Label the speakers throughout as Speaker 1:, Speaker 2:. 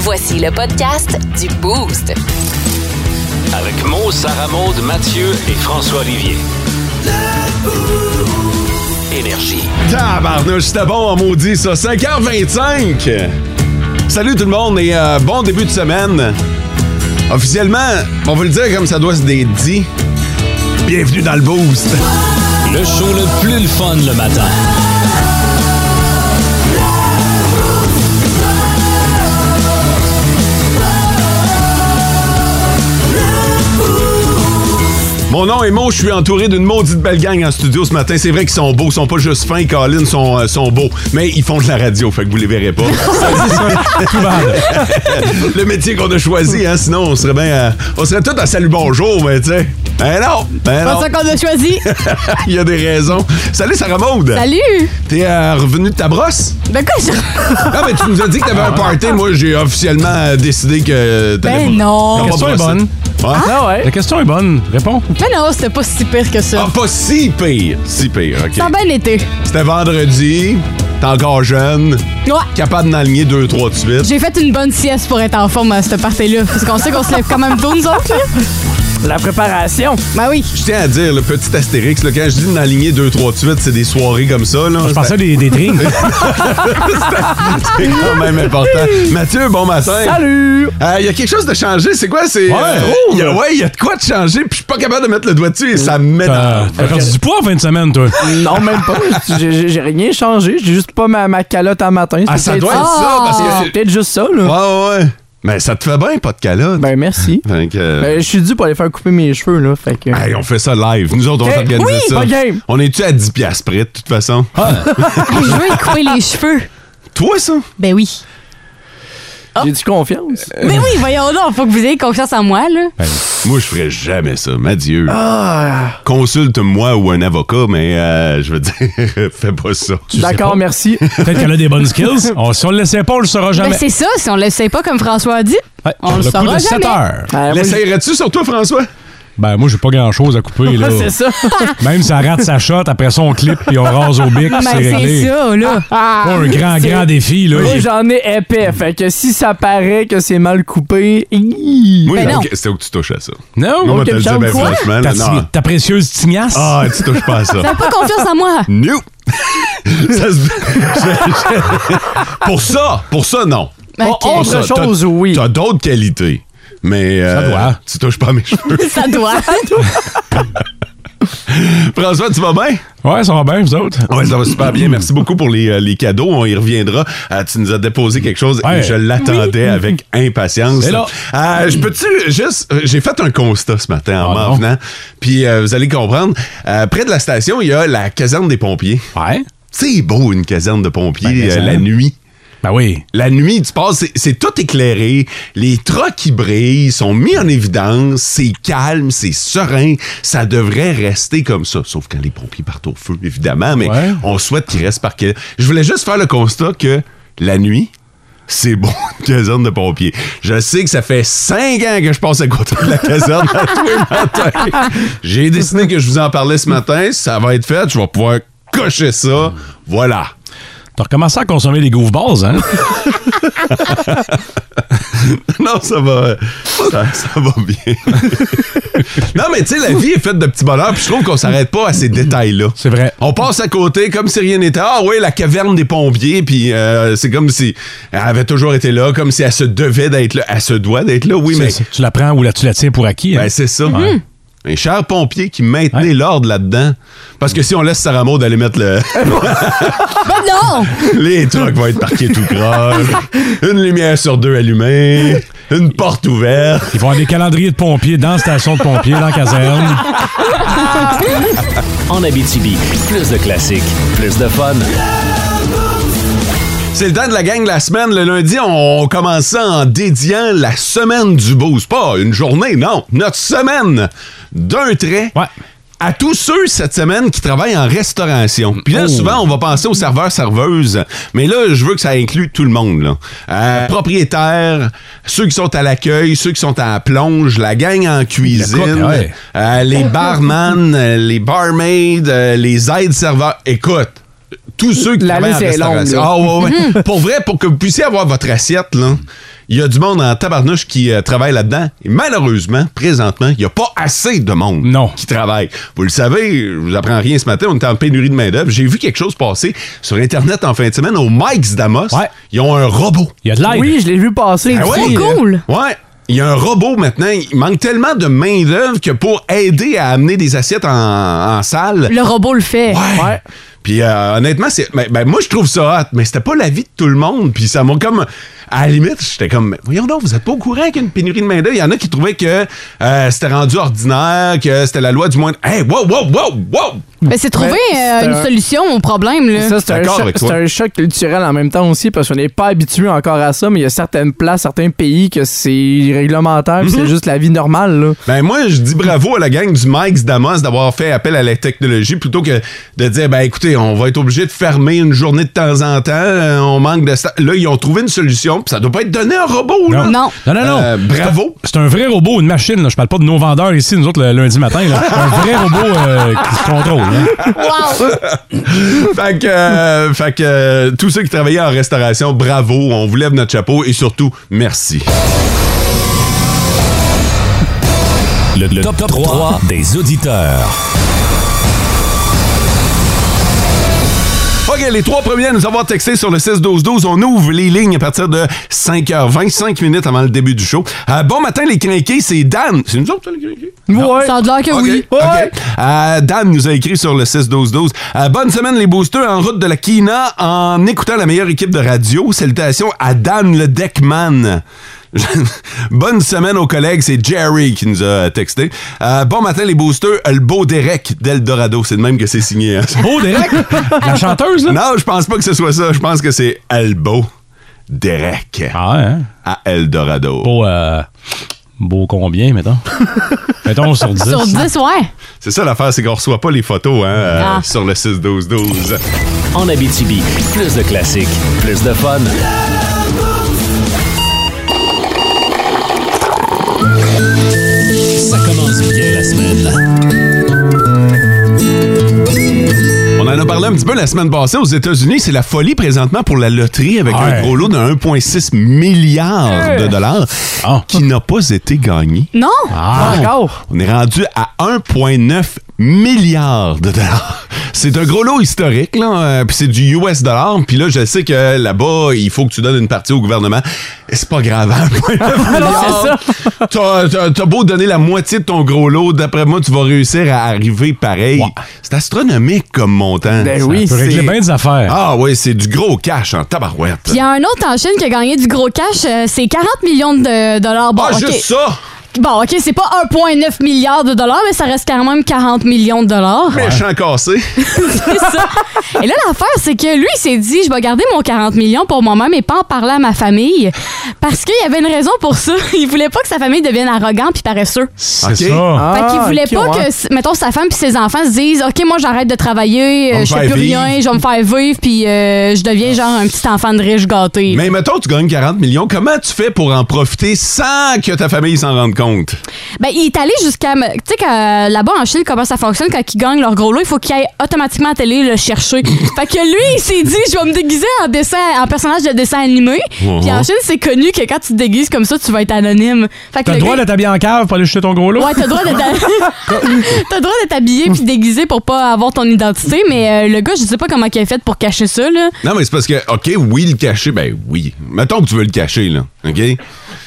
Speaker 1: Voici le podcast du Boost.
Speaker 2: Avec Mo, Sarah Maud, Mathieu et François Olivier. Énergie.
Speaker 3: Tabarnouche, c'était bon en maudit, ça. 5h25! Salut tout le monde et euh, bon début de semaine. Officiellement, on va le dire comme ça doit se dé- dit. Bienvenue dans le Boost.
Speaker 2: Le show le plus le fun le matin.
Speaker 3: Mon nom est Mo, je suis entouré d'une maudite belle gang en studio ce matin. C'est vrai qu'ils sont beaux, ils sont pas juste fins, Colin, ils sont, euh, sont beaux. Mais ils font de la radio, fait que vous les verrez pas. le métier qu'on a choisi, hein, sinon on serait bien. euh, on serait tous à salut bonjour, mais tu sais. Ben non, ben
Speaker 4: C'est
Speaker 3: non.
Speaker 4: ça qu'on a choisi.
Speaker 3: Il y a des raisons. Salut Sarah Maud.
Speaker 5: Ben.
Speaker 4: Salut!
Speaker 3: T'es euh, revenu de ta brosse?
Speaker 4: De quoi je...
Speaker 3: Non, mais tu nous as dit que t'avais un party. Moi, j'ai officiellement euh, décidé que t'allais
Speaker 4: Ben
Speaker 3: pas-
Speaker 4: non.
Speaker 3: t'as
Speaker 6: La question
Speaker 3: pas
Speaker 6: est
Speaker 3: brossé.
Speaker 6: bonne.
Speaker 3: Ouais.
Speaker 6: Ah ouais? La question est bonne. Réponds.
Speaker 4: Mais Ben, non, c'était pas si pire que ça.
Speaker 3: Ah, pas si pire. Si pire, OK.
Speaker 4: Ça a bien l'été.
Speaker 3: C'était vendredi. T'es encore jeune.
Speaker 4: Ouais.
Speaker 3: Capable d'aligner deux, trois de suite.
Speaker 4: J'ai fait une bonne sieste pour être en forme à cette partie-là. Parce qu'on sait qu'on se lève quand même tôt, nous autres. là.
Speaker 6: La préparation.
Speaker 4: Ben oui.
Speaker 3: Je tiens à dire, le petit astérix, là, quand je dis d'aligner deux, trois de suite, c'est des soirées comme ça. Là.
Speaker 6: Je pensais des, des drinks.
Speaker 3: C'est quand même important. Mathieu, bon matin.
Speaker 6: Salut!
Speaker 3: Il y a quelque chose de changé. C'est quoi? C'est,
Speaker 6: Ouais.
Speaker 3: il y a- ouais, il y a de quoi de changé, puis je suis pas capable de mettre le doigt dessus et ça me met dans...
Speaker 6: T'as t'as perdu du poids en fin de semaine, toi.
Speaker 5: Non, même pas. J'ai- J'ai j'ai rien changé. J'ai juste pas ma, ma calotte à matin.
Speaker 3: Ah,
Speaker 5: C'est
Speaker 3: ça
Speaker 5: peut-être
Speaker 3: doit être ça, parce
Speaker 5: Ah,
Speaker 3: que...
Speaker 5: C'est peut-être juste ça, là.
Speaker 3: Ouais, ouais, ouais. Mais ça te fait bien, pas de calotte.
Speaker 5: Ben, merci.
Speaker 3: Fait que, euh,
Speaker 5: Ben, je suis dû pour aller faire couper mes cheveux, là. Fait que.
Speaker 3: hey, on fait ça live. Nous autres, on
Speaker 5: Hey,
Speaker 3: s'organise
Speaker 5: Eh, oui,
Speaker 3: ça.
Speaker 5: pas game.
Speaker 3: On est-tu à 10 piastres près, de toute façon?
Speaker 6: Ah.
Speaker 4: Je veux y couper les cheveux.
Speaker 3: Toi, ça?
Speaker 4: Ben oui.
Speaker 5: J'ai du confiance.
Speaker 4: Mais oui, voyons donc. Faut que vous ayez confiance en moi, là.
Speaker 3: moi, je ferais jamais ça, ma Dieu.
Speaker 5: Ah.
Speaker 3: Consulte-moi ou un avocat, mais euh, je veux dire, fais pas ça.
Speaker 5: D'accord, merci.
Speaker 6: Peut-être qu'elle a des bonnes skills. On- si on le laissait pas, on le saura
Speaker 4: Ben
Speaker 6: Ah, jamais.
Speaker 4: c'est ça. Si on le sait pas, comme François a dit,
Speaker 6: Ouais,
Speaker 4: on le
Speaker 6: le coup
Speaker 4: saura
Speaker 6: de 7
Speaker 4: jamais.
Speaker 6: heures.
Speaker 5: Ah, moi, j'ai-
Speaker 3: L'essayerais-tu sur toi, François?
Speaker 6: Ben, moi, j'ai pas grand-chose à couper, là.
Speaker 5: c'est ça.
Speaker 6: Même si elle rate sa shot, après ça, on clip puis on rase au bic, puis c'est
Speaker 4: Ben c'est
Speaker 6: réglé.
Speaker 4: ça, là.
Speaker 6: Pas un grand,
Speaker 5: C'est-
Speaker 6: grand défi, là.
Speaker 5: Moi, j'en ai épais. Fait que si ça paraît que c'est mal coupé. hi.
Speaker 3: Moi,
Speaker 4: Ben non.
Speaker 3: ok, c'est où que tu touches à ça.
Speaker 6: Non?
Speaker 3: On va
Speaker 5: ok,
Speaker 3: te le dire,
Speaker 5: Charles,
Speaker 3: ben,
Speaker 5: quoi?
Speaker 3: franchement. là,
Speaker 6: Ta,
Speaker 3: non.
Speaker 6: ti- ta précieuse tignasse?
Speaker 3: Ah, tu touches pas à ça.
Speaker 4: T'as pas confiance en moi.
Speaker 3: Nope. ça se... je- je- Pour ça, pour ça, non.
Speaker 4: Ben,
Speaker 5: Oh,
Speaker 4: ok.
Speaker 5: oh,
Speaker 3: Pour ça,
Speaker 5: Autre
Speaker 3: t'as-
Speaker 5: chose, oui.
Speaker 3: T'as d'autres qualités. Mais euh,
Speaker 6: doit.
Speaker 3: tu touches pas à mes cheveux.
Speaker 4: Ça doit.
Speaker 3: François, tu vas bien?
Speaker 6: Ouais, ça va bien, vous autres?
Speaker 3: Oui, ça va super bien. Merci beaucoup pour les, euh, les cadeaux. On y reviendra. Euh, tu nous as déposé quelque chose et
Speaker 6: Ouais.
Speaker 3: je l'attendais avec impatience.
Speaker 6: C'est là.
Speaker 3: Euh, je peux-tu juste. euh, J'ai fait un constat ce matin en
Speaker 6: Ah
Speaker 3: m'en
Speaker 6: non.
Speaker 3: venant. Puis euh, vous allez comprendre. Euh, près de la station, il y a la caserne des pompiers.
Speaker 6: Ouais.
Speaker 3: C'est beau une caserne de pompiers
Speaker 6: Ben,
Speaker 3: euh,
Speaker 6: ça.
Speaker 3: la nuit.
Speaker 6: Ben oui.
Speaker 3: La nuit, tu passes, c'est- c'est tout éclairé, les trucks qui brillent sont mis en évidence, c'est calme, c'est serein, ça devrait rester comme ça, sauf quand les pompiers partent au feu, évidemment, mais
Speaker 6: Ouais.
Speaker 3: on souhaite qu'ils restent par que. Je voulais juste faire le constat que la nuit, c'est bon une caserne de pompiers. Je sais que ça fait cinq ans que je passe à côté de la caserne à tous les matins. J'ai décidé que je vous en parlais ce matin, ça va être fait, je vais pouvoir cocher ça. Voilà.
Speaker 6: T'as recommencé à consommer des gouffe balls, hein?
Speaker 3: Non, ça va. Ça, ça va bien. non, mais tu sais, la vie est faite de petits bonheurs, puis je trouve qu'on s'arrête pas à ces détails-là.
Speaker 6: C'est vrai.
Speaker 3: On passe à côté comme si rien n'était. Ah oui, la caverne des pompiers, puis euh, c'est comme si elle avait toujours été là, comme si elle se devait d'être là. Elle se doit d'être là, oui, mais.
Speaker 6: Tu- Tu la prends ou la, tu la tiens pour acquis. hein?
Speaker 3: Ben, c'est ça. Les chers pompiers qui maintenaient
Speaker 6: Ouais.
Speaker 3: l'ordre là-dedans. Parce que si on laisse Sarah Maud aller mettre le.
Speaker 4: Ben non.
Speaker 3: Les trucks vont être parqués tout croche. Une lumière sur deux allumée. Une porte ouverte.
Speaker 6: Ils vont avoir des calendriers de pompiers dans la station de pompiers, dans la caserne.
Speaker 3: Euh,
Speaker 2: En Abitibi, plus de classiques, plus de fun.
Speaker 3: C'est le temps de la gang de la semaine. Le lundi, on commence ça en dédiant la semaine du boost. Pas une journée, non. Notre semaine d'un trait.
Speaker 6: Ouais.
Speaker 3: À tous ceux cette semaine qui travaillent en restauration. Puis là,
Speaker 6: Oh.
Speaker 3: souvent, on va penser aux serveurs, serveuses. Mais là, je veux que ça inclue tout le monde. Là. Euh, propriétaires, ceux qui sont à l'accueil, ceux qui sont à la plonge, la gang en cuisine,
Speaker 6: cook, ouais.
Speaker 3: euh, les barman, euh, les barmaids, euh, les aides serveurs. Écoute, tous ceux qui
Speaker 5: La
Speaker 3: travaillent en
Speaker 5: liste est longue,
Speaker 3: restauration. Ah
Speaker 5: là.
Speaker 3: ouais, ouais. Pour vrai, pour que vous puissiez avoir votre assiette, là, il y a du monde en tabarnouche qui euh, travaille là-dedans. Et malheureusement, présentement, il n'y a pas assez de monde
Speaker 6: Non.
Speaker 3: qui travaille. Vous le savez, je vous apprends rien ce matin, on était en pénurie de main-d'œuvre. J'ai vu quelque chose passer sur Internet en fin de semaine au Mike's Damos.
Speaker 6: Ouais.
Speaker 3: Ils ont un robot.
Speaker 6: Il y a de l'aide.
Speaker 5: Oui, je l'ai vu passer.
Speaker 3: Ah
Speaker 4: C'est
Speaker 3: ouais?
Speaker 4: cool.
Speaker 3: Ouais. Il y a un robot maintenant. Il manque tellement de main-d'œuvre que pour aider à amener des assiettes en, en salle.
Speaker 4: Le robot le fait.
Speaker 3: Ouais. Puis euh, honnêtement, c'est, ben, ben, moi, je trouve ça hot, mais c'était pas l'avis de tout le monde. Puis ça m'a comme. À la limite, j'étais comme, mais voyons donc, vous êtes pas au courant qu'il y a une pénurie de main-d'œuvre. Il y en a qui trouvaient que euh, c'était rendu ordinaire, que c'était la loi du moins. Hey, wow, wow, wow, wow!
Speaker 4: Mais c'est trouver
Speaker 5: Ouais,
Speaker 4: euh,
Speaker 5: Ben, c'est
Speaker 4: une
Speaker 5: un-
Speaker 4: solution au problème. Là.
Speaker 5: Ça, c'est un,
Speaker 3: D'accord
Speaker 5: choc-
Speaker 3: avec
Speaker 5: c'est
Speaker 3: toi.
Speaker 5: un choc culturel en même temps aussi, parce qu'on n'est pas habitué encore à ça, mais il y a certaines places, certains pays que c'est réglementaire, puis c'est juste la vie normale. Là.
Speaker 3: Ben moi, je dis bravo à la gang du Mike's Damas d'avoir fait appel à la technologie plutôt que de dire ben écoutez, on va être obligé de fermer une journée de temps en temps, euh, on manque de sta- là ils ont trouvé une solution, puis ça doit pas être donné à un robot là.
Speaker 4: Non.
Speaker 6: Non, non, non.
Speaker 3: Euh, bravo.
Speaker 6: C'est un vrai robot, une machine. Là. Je parle pas de nos vendeurs ici, nous autres, le lundi matin. Là. Un vrai robot euh, qui se contrôle. hein.
Speaker 3: fait que, euh, fait que euh, tous ceux qui travaillaient en restauration, bravo, on vous lève notre chapeau et surtout merci.
Speaker 2: Le, top, 3 des auditeurs.
Speaker 3: OK, les trois premiers à nous avoir texté sur le 6-12-12, on ouvre les lignes à partir de 5h25 cinq minutes avant le début du show. Euh, bon matin, les crinqués, c'est Dan. C'est nous autres, ça, les crinqués?
Speaker 5: Ouais.
Speaker 4: Ça a de l'air que
Speaker 3: OK,
Speaker 4: oui.
Speaker 3: OK. Euh, Dan nous a écrit sur le 6-12-12. Euh, bonne semaine, les boosters, en route de la Kina, en écoutant la meilleure équipe de radio. Salutations à Dan le Deckman. bonne semaine aux collègues, c'est Jerry qui nous a texté. Euh, bon matin, les boosters, le beau Derek d'Eldorado. C'est le même que c'est signé. hein.
Speaker 6: Beau, Derek. La chanteuse, là.
Speaker 3: non, je pense pas que ce soit ça. Je pense que c'est Elbo Derek
Speaker 6: Ah, ouais, hein.
Speaker 3: à Eldorado.
Speaker 6: Beau, euh, beau combien, mettons? mettons sur 10.
Speaker 4: Sur 10, ouais.
Speaker 3: C'est ça l'affaire, c'est qu'on reçoit pas les photos hein, euh,
Speaker 4: Ah.
Speaker 3: sur le 6-12-12.
Speaker 2: En Abitibi, plus de classiques, plus de fun. Ça commence bien la semaine.
Speaker 3: Euh, On en a parlé un petit peu la semaine passée aux États-Unis. C'est la folie présentement pour la loterie avec un
Speaker 6: Ouais.
Speaker 3: gros lot de 1,6 milliard de dollars
Speaker 6: Ah.
Speaker 3: qui n'a pas été gagné.
Speaker 4: Euh. Non?
Speaker 6: Ah,
Speaker 5: Encore.
Speaker 3: On est rendu à 1,9 milliard de dollars. C'est un gros lot historique, là. euh, Puis c'est du US dollar. Puis là, je sais que là-bas, il faut que tu donnes une partie au gouvernement. C'est pas grave, hein, 1,9 milliard. T'as- T'as t'as beau donner la moitié de ton gros lot. D'après moi, tu vas réussir à arriver pareil.
Speaker 6: Ouais.
Speaker 3: C'est astronomique comme montant.
Speaker 5: Ben
Speaker 3: Ça
Speaker 5: oui,
Speaker 6: peut régler
Speaker 3: c'est-
Speaker 6: bien des affaires.
Speaker 3: Ah oui, c'est du gros cash en tabarouette.
Speaker 4: Puis il y a un autre en Chine qui a gagné du gros cash. euh, c'est 40 millions de dollars. Bon,
Speaker 3: Ah,
Speaker 4: ok.
Speaker 3: juste ça!
Speaker 4: Bon, OK, c'est pas 1,9 milliard de dollars, mais ça reste quand même 40 millions de dollars.
Speaker 3: Méchant cassé.
Speaker 4: C'est ça. Et là, l'affaire, c'est que lui, il s'est dit, je vais garder mon 40 millions pour moi-même et pas en parler à ma famille. Parce qu'il y avait une raison pour ça. Il voulait pas que sa famille devienne arrogante puis paresseux.
Speaker 6: c'est
Speaker 3: Ok.
Speaker 6: ça.
Speaker 4: Fait qu'il
Speaker 5: Ah,
Speaker 4: voulait
Speaker 5: ok,
Speaker 4: pas
Speaker 5: ouais.
Speaker 4: que, mettons, sa femme puis ses enfants se disent, OK, moi, j'arrête de travailler,
Speaker 3: On
Speaker 4: euh,
Speaker 3: me
Speaker 4: je fais
Speaker 3: fait
Speaker 4: plus
Speaker 3: vivre.
Speaker 4: rien, je vais me faire vivre puis euh, je deviens genre un petit enfant de riche gâté.
Speaker 3: Mais mettons, tu gagnes 40 millions. Comment tu fais pour en profiter sans que ta famille s'en rende compte?
Speaker 4: Ben, il est allé jusqu'à. me- Tu sais, que là-bas en Chine, comment ça fonctionne quand ils gagnent leur gros lot, il faut qu'ils aillent automatiquement à la télé le chercher. fait que lui, il s'est dit, je vais me déguiser en dessin, en personnage de dessin animé.
Speaker 3: Ouais.
Speaker 4: Puis en Chine, c'est connu que quand tu te déguises comme ça, tu vas être anonyme. Fait que
Speaker 6: T'as le droit
Speaker 4: gars-
Speaker 6: d'être habillé en cave pour aller jeter ton gros lot?
Speaker 4: Ouais, t'as le droit d'être t'as le droit d'être habillé puis déguisé pour pas avoir ton identité, mais euh, le gars, je sais pas comment il a fait pour cacher ça là.
Speaker 3: Non, mais c'est parce que, OK, oui, le cacher, ben oui. Mettons que tu veux le cacher, là. OK?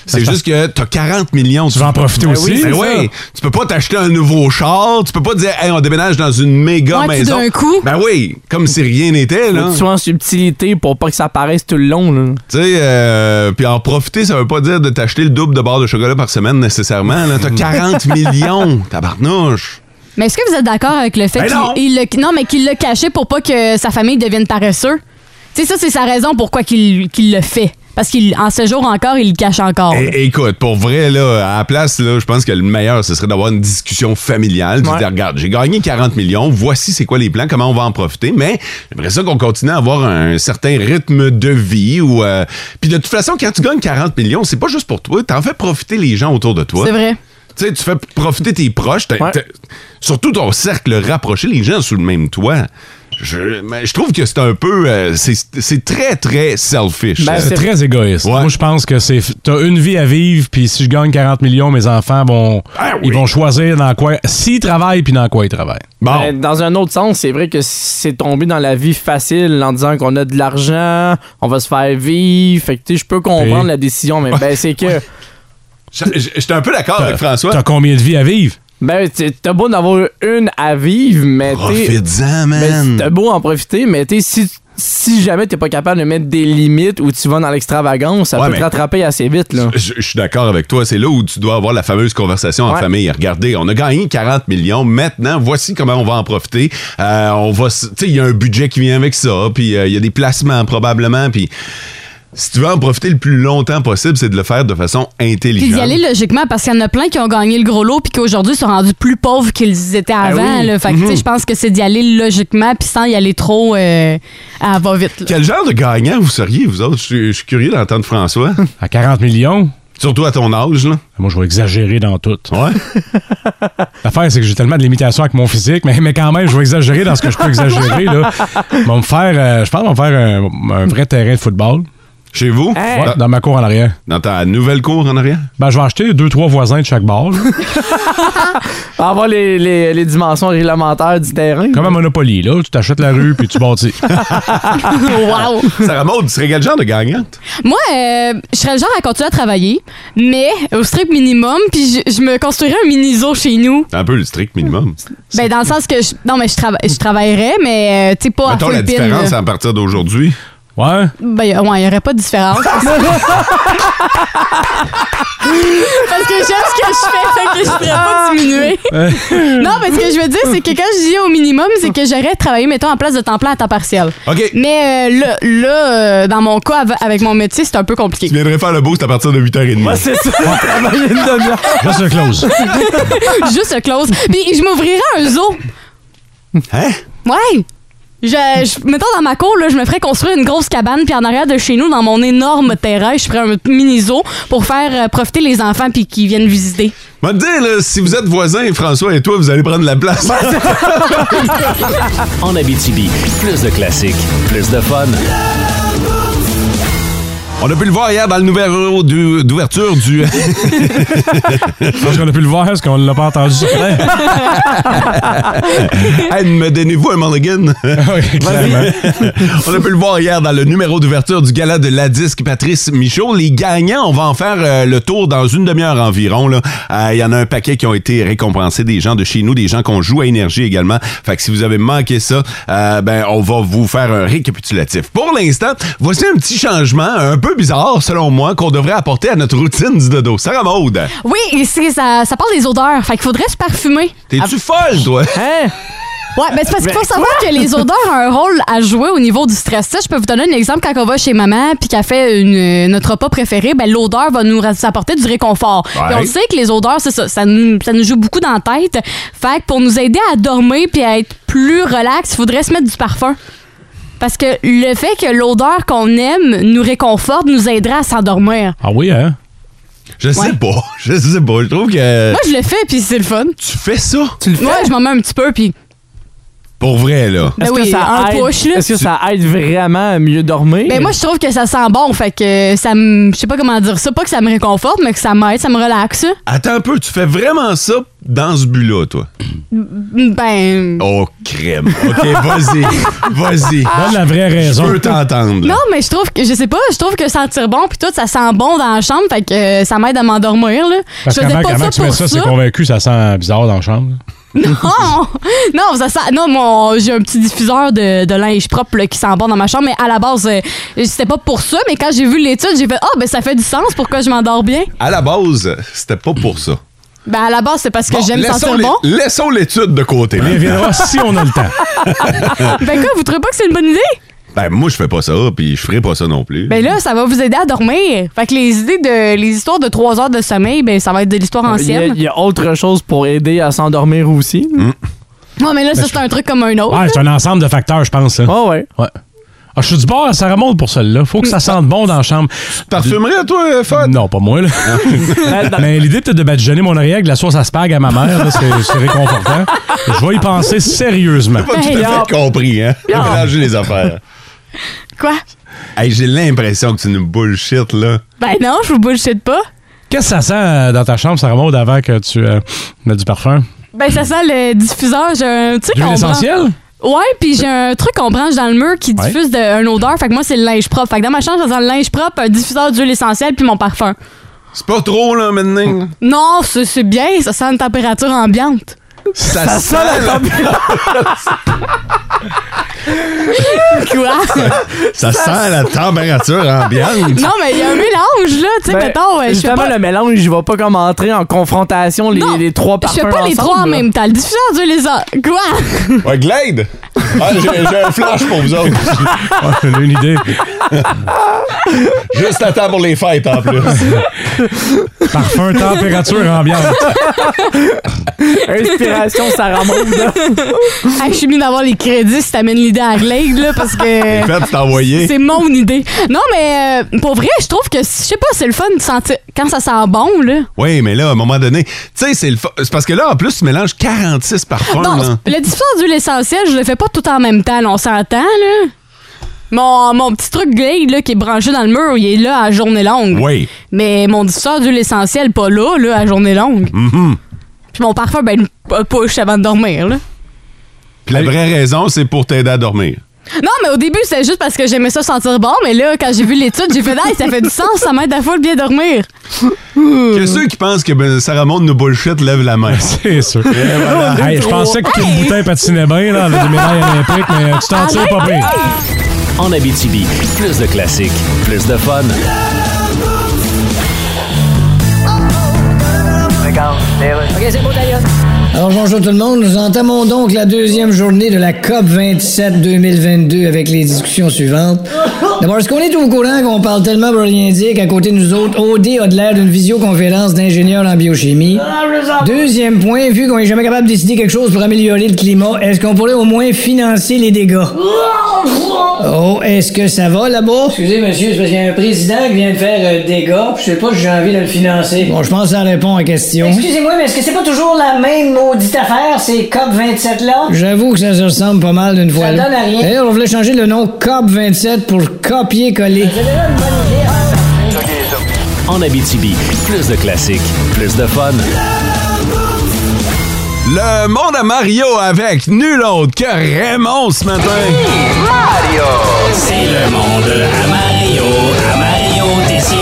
Speaker 3: C'est juste que t'as 40 millions.
Speaker 6: Tu vas en profiter
Speaker 3: Ben
Speaker 6: aussi,
Speaker 3: oui, ben
Speaker 6: c'est
Speaker 3: oui. Tu peux pas t'acheter un nouveau char. Tu peux pas dire, hey, on déménage dans une méga
Speaker 4: Ouais, tout
Speaker 3: maison.
Speaker 4: d'un coup.
Speaker 3: Ben oui, comme si rien n'était, là.
Speaker 5: Faut que tu sois en subtilité pour pas que ça apparaisse tout le long. Là.
Speaker 3: Tu sais, euh, puis en profiter, ça veut pas dire de t'acheter le double de barre de chocolat par semaine nécessairement. là. T'as 40 millions, tabarnouche.
Speaker 4: Mais est-ce que vous êtes d'accord avec le fait
Speaker 3: Ben
Speaker 4: qu'il
Speaker 3: non!
Speaker 4: il le- non, mais qu'il l'a caché pour pas que sa famille devienne paresseux? Tu sais, ça, c'est sa raison pourquoi qu'il qu'il le fait. Parce qu'en ce jour encore, il le cache encore.
Speaker 3: É- écoute, pour vrai, là, à la place, là, je pense que le meilleur, ce serait d'avoir une discussion familiale. Tu
Speaker 5: Ouais.
Speaker 3: dis, regarde, j'ai gagné 40 millions, voici c'est quoi les plans, comment on va en profiter, mais j'aimerais ça qu'on continue à avoir un certain rythme de vie. ou euh, Puis de toute façon, quand tu gagnes 40 millions, c'est pas juste pour toi, t'en fais profiter les gens autour de toi.
Speaker 4: C'est vrai.
Speaker 3: Tu sais, tu fais profiter tes proches, t'as-
Speaker 5: Ouais.
Speaker 3: t'as- surtout ton cercle rapproché, les gens sous le même toit. Je, mais je trouve que c'est un peu. euh, c'est c'est très, très selfish.
Speaker 5: Ben,
Speaker 3: Euh,
Speaker 6: C'est
Speaker 5: C'est-
Speaker 6: très égoïste.
Speaker 3: Ouais.
Speaker 6: Moi, je pense que c'est. T'as une vie à vivre, puis si je gagne 40 millions, mes enfants vont.
Speaker 3: Ah oui.
Speaker 6: Ils vont choisir dans quoi. S'ils travaillent, puis dans quoi ils travaillent.
Speaker 3: bon.
Speaker 5: Mais Ben, dans un autre sens, c'est vrai que c'est tombé dans la vie facile en disant qu'on a de l'argent, on va se faire vivre. Fait que tu sais, je peux comprendre
Speaker 6: Puis-
Speaker 5: la décision, mais ben c'est que
Speaker 3: Je- je- J'étais un peu d'accord avec
Speaker 6: T'as
Speaker 3: François.
Speaker 6: combien de vies à vivre?
Speaker 5: ben t'es- t'as beau d'avoir une à vivre, mais t'es
Speaker 3: Profite-en,
Speaker 5: ben,
Speaker 3: man.
Speaker 5: t'as beau en profiter, mais t'es si si jamais t'es pas capable de mettre des limites ou tu vas dans l'extravagance, ça
Speaker 3: Ouais,
Speaker 5: peut
Speaker 3: mais-
Speaker 5: te rattraper assez vite là.
Speaker 3: Je, je suis d'accord avec toi. C'est là où tu dois avoir la fameuse conversation en
Speaker 5: Ouais.
Speaker 3: famille. Regardez, on a gagné 40 millions. Maintenant, voici comment on va en profiter. Euh, on va, s- tu sais, il y a un budget qui vient avec ça. Puis euh, il y a des placements probablement. Puis si tu veux en profiter le plus longtemps possible, c'est de le faire de façon
Speaker 4: Puis
Speaker 3: intelligente.
Speaker 4: d'y aller logiquement parce qu'il y en a plein qui ont gagné le gros lot puis qu'aujourd'hui sont rendus plus pauvres qu'ils étaient avant.
Speaker 5: oui.
Speaker 4: là. Fait que, tu sais, je pense que c'est d'y aller logiquement puis sans y aller trop euh, à va vite. là.
Speaker 3: Quel genre de gagnant vous seriez, vous autres? Je suis- je suis curieux d'entendre François.
Speaker 6: À 40 millions?
Speaker 3: Surtout à ton âge, là.
Speaker 6: Moi, je vais exagérer dans tout.
Speaker 3: Ouais.
Speaker 6: L'affaire, c'est que j'ai tellement de limitations avec mon physique, mais, mais quand même, je vais exagérer dans ce que je peux exagérer. Là. Ils vont me faire, euh, je pense qu'on va me faire un, un vrai terrain de football
Speaker 3: Chez vous?
Speaker 5: Hey.
Speaker 6: Ouais,
Speaker 3: Dans,
Speaker 6: dans ma cour en arrière.
Speaker 3: dans ta nouvelle cour en arrière?
Speaker 6: Ben, je vais acheter deux, trois voisins de chaque bar. là.
Speaker 5: On va voir Ah, les, les- les dimensions réglementaires du terrain.
Speaker 6: Comme à Monopoly, là. Tu t'achètes la rue, puis tu bâtis.
Speaker 4: wow!
Speaker 3: Sarah Maud, tu serais quel genre de gagnante?
Speaker 4: Moi, euh, je serais le genre à continuer à travailler, mais au strict minimum, puis je, je me construirais un mini-zoo chez nous.
Speaker 3: Un peu le strict minimum.
Speaker 4: Ben, dans le sens que je, non, mais je, trava- je travaillerais, mais euh, tu sais, pas
Speaker 3: Mettons
Speaker 4: à full
Speaker 3: la
Speaker 4: pin,
Speaker 3: différence
Speaker 4: là.
Speaker 3: à partir d'aujourd'hui.
Speaker 6: Ouais.
Speaker 4: Ben, y a- ouais, il n'y aurait pas de différence. Parce que j'aime ce que je fais, fait que je pourrais
Speaker 6: Ah.
Speaker 4: pas diminuer. non, mais ce que je veux dire, c'est que quand je dis au minimum, c'est que j'aurais travaillé, mettons, en place de temps plein à temps partiel.
Speaker 3: OK.
Speaker 4: Mais euh, là, là euh, dans mon cas, av- avec mon métier, c'est un peu compliqué.
Speaker 3: Tu viendrais faire le boost à partir de 8h30.
Speaker 5: Ouais, c'est ça. Travailler une demi-heure.
Speaker 6: Là, c'est close.
Speaker 4: Juste le close. Puis je m'ouvrirais un zoo.
Speaker 3: Hein?
Speaker 4: Ouais. Je, je- mettons dans ma cour, là, je me ferais construire une grosse cabane, puis en arrière de chez nous, dans mon énorme terrain, je ferais un mini zoo pour faire euh, profiter les enfants puis qu'ils viennent visiter.
Speaker 3: Va te dire, là, si vous êtes voisins, François et toi, vous allez prendre la place.
Speaker 2: En Abitibi, plus de classiques, plus de fun.
Speaker 3: On a pu le voir hier dans le numéro du- d'ouverture du.
Speaker 6: Je pense qu'on a pu le voir, parce qu'on l'a pas entendu. sur plein.
Speaker 3: hey, me donnez-vous un mulligan?
Speaker 6: Oui, clairement.
Speaker 3: on a pu le voir hier dans le numéro d'ouverture du gala de la disque Patrice Michaud. Les gagnants, on va en faire euh, le tour dans une demi-heure environ. là. Euh, Il y en a un paquet qui ont été récompensés, des gens de chez nous, des gens qu'on joue à énergie également. Fait que si vous avez manqué ça, euh, ben on va vous faire un récapitulatif. Pour l'instant, voici un petit changement un peu bizarre, selon moi, qu'on devrait apporter à notre routine du dodo. Sarah Maude,
Speaker 4: Oui, et c'est- ça, ça parle des odeurs. Fait qu'il faudrait se parfumer.
Speaker 3: t'es-tu folle, toi?
Speaker 5: Hein?
Speaker 4: Ouais, ben c'est parce qu'il faut savoir que les odeurs ont un rôle à jouer au niveau du stress. Ça, je peux vous donner un exemple. Quand on va chez maman puis qu'elle fait une, euh, notre repas préféré, ben l'odeur va nous ra- apporter du réconfort.
Speaker 3: Ouais.
Speaker 4: Puis on le sait que les odeurs, c'est ça, ça nous, ça nous joue beaucoup dans la tête. Fait que pour nous aider à dormir puis à être plus relax, il faudrait se mettre du parfum. Parce que le fait que l'odeur qu'on aime nous réconforte, nous aidera à s'endormir.
Speaker 6: Ah oui, hein?
Speaker 3: Je sais pas. Je sais pas. Je trouve que
Speaker 4: Moi, je le fais puis c'est le fun.
Speaker 3: tu fais ça
Speaker 5: Euh. Tu le fais?
Speaker 4: Moi, je m'en mets un petit peu puis
Speaker 3: pour vrai, là.
Speaker 4: Ben oui, un
Speaker 5: aide-
Speaker 4: push, là.
Speaker 5: Est-ce que ça aide vraiment à mieux
Speaker 6: Eh.
Speaker 5: dormir?
Speaker 4: Ben moi, je trouve que ça sent bon, fait que ça me. Je sais pas comment dire ça. Pas que ça me réconforte, mais que ça m'aide, ça me relaxe.
Speaker 3: Attends un peu, tu fais vraiment ça dans ce but-là, toi?
Speaker 4: Ben.
Speaker 3: Oh, crème. OK, vas-y. Vas-y.
Speaker 6: Ah. Donne la vraie
Speaker 3: Je
Speaker 6: raison.
Speaker 3: peux t'entendre. là.
Speaker 4: Non, mais je trouve que. Je sais pas, je trouve que sentir bon, puis tout, ça sent bon dans la chambre, fait que euh, ça m'aide à m'endormir, là.
Speaker 6: Parce
Speaker 4: je faisais
Speaker 6: qu'avant
Speaker 4: pas
Speaker 6: qu'avant
Speaker 4: ça
Speaker 6: que tu mets
Speaker 4: pour
Speaker 6: ça,
Speaker 4: ça.
Speaker 6: c'est convaincu, ça sent bizarre dans la chambre. là.
Speaker 4: Non! Non, ça sent. Non, mon- j'ai un petit diffuseur de, de linge propre là, qui sent bon dans ma chambre, mais à la base, euh, c'était pas pour ça, mais quand j'ai vu l'étude, j'ai fait Ah, ben ça fait du sens, pourquoi je m'endors bien?
Speaker 3: À la base, c'était pas pour ça.
Speaker 4: Ben à la base, c'est parce que
Speaker 3: Bon,
Speaker 4: j'aime
Speaker 3: laissons
Speaker 4: sentir
Speaker 3: les-
Speaker 4: bon.
Speaker 3: Laissons l'étude de côté.
Speaker 6: Mais viendra si on a le temps.
Speaker 4: Ben quoi, vous trouvez pas que c'est une bonne idée?
Speaker 3: Ben, moi, je fais pas ça, puis je ferai pas ça non plus.
Speaker 4: Ben là, ça va vous aider à dormir. Fait que les idées de les histoires de trois heures de sommeil, ben ça va être de l'histoire
Speaker 5: il y, a,
Speaker 4: ancienne.
Speaker 5: il y a autre chose pour aider à s'endormir aussi.
Speaker 3: Mm.
Speaker 5: Ben,
Speaker 4: Ouais, mais là, ça c'est un truc comme un autre.
Speaker 6: Ah, Ouais, c'est un ensemble de facteurs, je pense. là.
Speaker 5: Ah ouais.
Speaker 6: Ouais. Ah, je suis du bord à Sarah Maud pour celle-là. Faut que ça sente bon dans la chambre.
Speaker 3: Parfumerie, toi, Fod?
Speaker 6: Non, pas moi, là. Mais l'idée peut-être de badigeonner mon oreille avec de la sauce à spag à ma mère, là, c'est c'est réconfortant. Je vais y penser sérieusement.
Speaker 3: Pas tout à fait compris, hein? Mélanger les affaires.
Speaker 4: Quoi?
Speaker 3: Hey, j'ai l'impression que tu nous bullshit, là.
Speaker 4: Ben non, je vous bullshit pas.
Speaker 6: Qu'est-ce que ça sent euh, dans ta chambre, Sarah Maud, avant que tu euh, mettes du parfum?
Speaker 4: Ben ça sent le diffuseur, j'ai un truc
Speaker 6: L'huile
Speaker 4: qu'on branche-
Speaker 6: essentielle?
Speaker 4: Ouais, puis j'ai un truc qu'on branche dans le mur qui
Speaker 6: Ouais.
Speaker 4: diffuse de, une odeur. Fait que moi, c'est le linge propre. Fait que dans ma chambre, ça sent le linge propre, un diffuseur d'huile essentielle puis mon parfum.
Speaker 3: C'est pas trop, là, maintenant.
Speaker 4: Non, c'est c'est bien, ça sent une température ambiante.
Speaker 3: Ça, sent la
Speaker 4: Quoi?
Speaker 3: Ça sent Ah, la température ambiante.
Speaker 4: non, mais il y a un mélange, là. Tu sais,
Speaker 5: Ben,
Speaker 4: mettons, euh, je fais
Speaker 5: justement,
Speaker 4: pas...
Speaker 5: le mélange, je vais pas comme entrer en confrontation les,
Speaker 4: Non,
Speaker 5: les trois
Speaker 4: Je
Speaker 5: parfums
Speaker 4: fais pas les
Speaker 5: ensemble,
Speaker 4: trois en
Speaker 5: là.
Speaker 4: même temps. Le diffuseur d'huile essentielle... Quoi?
Speaker 3: Ouais, Glade. Ah, j'ai j'ai un flash pour vous autres.
Speaker 6: Ah, j'ai une idée.
Speaker 3: Juste à temps pour les fêtes, en plus.
Speaker 6: Parfum, température, ambiance.
Speaker 5: Inspiration, ça remonte.
Speaker 4: Hey, je suis mis d'avoir les crédits si t'amènes l'idée à Glade, là, parce que...
Speaker 3: Faites t'envoyer.
Speaker 4: C'est mon idée. Non, mais euh, pour vrai, je trouve que, je sais pas, c'est le fun de sentir quand ça sent bon, là.
Speaker 3: Oui, mais là, à un moment donné, tu sais, c'est le fa- c'est parce que là, en plus, tu mélanges 46 parfums.
Speaker 4: Non,
Speaker 3: là.
Speaker 4: le diffuseur d'huile essentielle, je le fais pas tout en même temps, là, on s'entend, là. Mon, mon petit truc Glade, là, qui est branché dans le mur, il est là à journée longue.
Speaker 3: Oui.
Speaker 4: Mais mon diffuseur d'huile essentielle, pas là, là, à journée longue.
Speaker 7: Mm-hmm.
Speaker 4: Puis mon parfum, ben, une push avant de dormir, là.
Speaker 3: Puis la vraie raison, c'est pour t'aider à dormir.
Speaker 4: Non, mais au début, c'était juste parce que j'aimais ça sentir bon, mais là, quand j'ai vu l'étude, j'ai fait, hey, ça fait du sens, ça m'aide à full bien dormir.
Speaker 8: Euh.
Speaker 3: Que ceux qui pensent que ben, Sarah Maud nous bullshit lèvent la main.
Speaker 6: C'est sûr. Hey, je pensais que Kim Boutin patinait bien là, avec des médailles olympiques, mais euh, tu
Speaker 4: Ah,
Speaker 6: t'en tires pas pire.
Speaker 2: En Abitibi, plus de classiques, plus de fun.
Speaker 9: Alors bonjour tout le monde, nous entamons donc la deuxième journée de la COP 27 2022 avec les discussions suivantes. D'abord, est-ce qu'on est au courant qu'on parle tellement pour rien dire qu'à côté de nous autres, OD a de l'air d'une visioconférence d'ingénieurs en biochimie? Deuxième point, vu qu'on est jamais capable de décider quelque chose pour améliorer le climat, est-ce qu'on pourrait au moins financer les dégâts? Oh, est-ce que ça va là-bas? Excusez, monsieur, c'est parce qu'il y a un président qui vient de faire euh, des gars, puis je sais pas si j'ai envie de le financer. Bon, je pense que ça répond à la question. Excusez-moi, mais est-ce que c'est pas toujours la même maudite affaire, ces COP27 là? J'avoue que ça se ressemble pas mal d'une fois. Ça donne à rien. D'ailleurs, on voulait changer le nom COP27 pour copier-coller.
Speaker 2: En Abitibi, plus de classiques, plus de fun.
Speaker 3: Le monde à Mario avec nul autre que Raymond ce matin.
Speaker 2: C'est le monde à Mario, à Mario Tessier.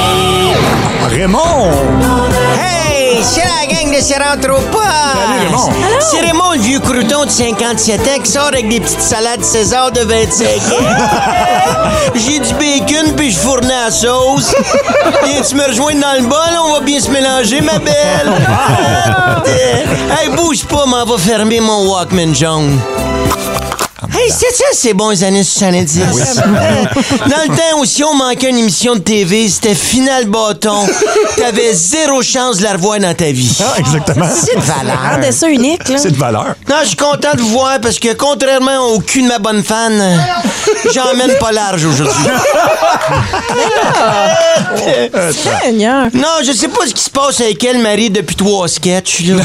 Speaker 7: Hey, c'est la gang de Séranthropa! Salut Raymond! C'est Raymond, le vieux crouton de 57 ans qui sort avec des petites salades César de 25 ans. J'ai du bacon puis je fourne la sauce. Viens-tu me rejoindre dans le bol? On va bien se mélanger, ma belle! hey, bouge pas, m'en va fermer mon Walkman jaune. Hey, c'est ça, ces bons années 70. Euh, Dans le temps aussi, on manquait une émission de TV, c'était Final Bâton. T'avais zéro chance de la revoir dans ta vie.
Speaker 8: Exactement.
Speaker 7: C'est de valeur.
Speaker 10: Rendez ça unique, là.
Speaker 8: C'est de valeur.
Speaker 7: Non, je suis content de vous voir parce que contrairement au cul de ma bonne fan, euh, j'emmène pas large aujourd'hui.
Speaker 10: Seigneur.
Speaker 7: Non, je sais pas ce qui se passe avec elle, Marie, depuis trois sketchs. là.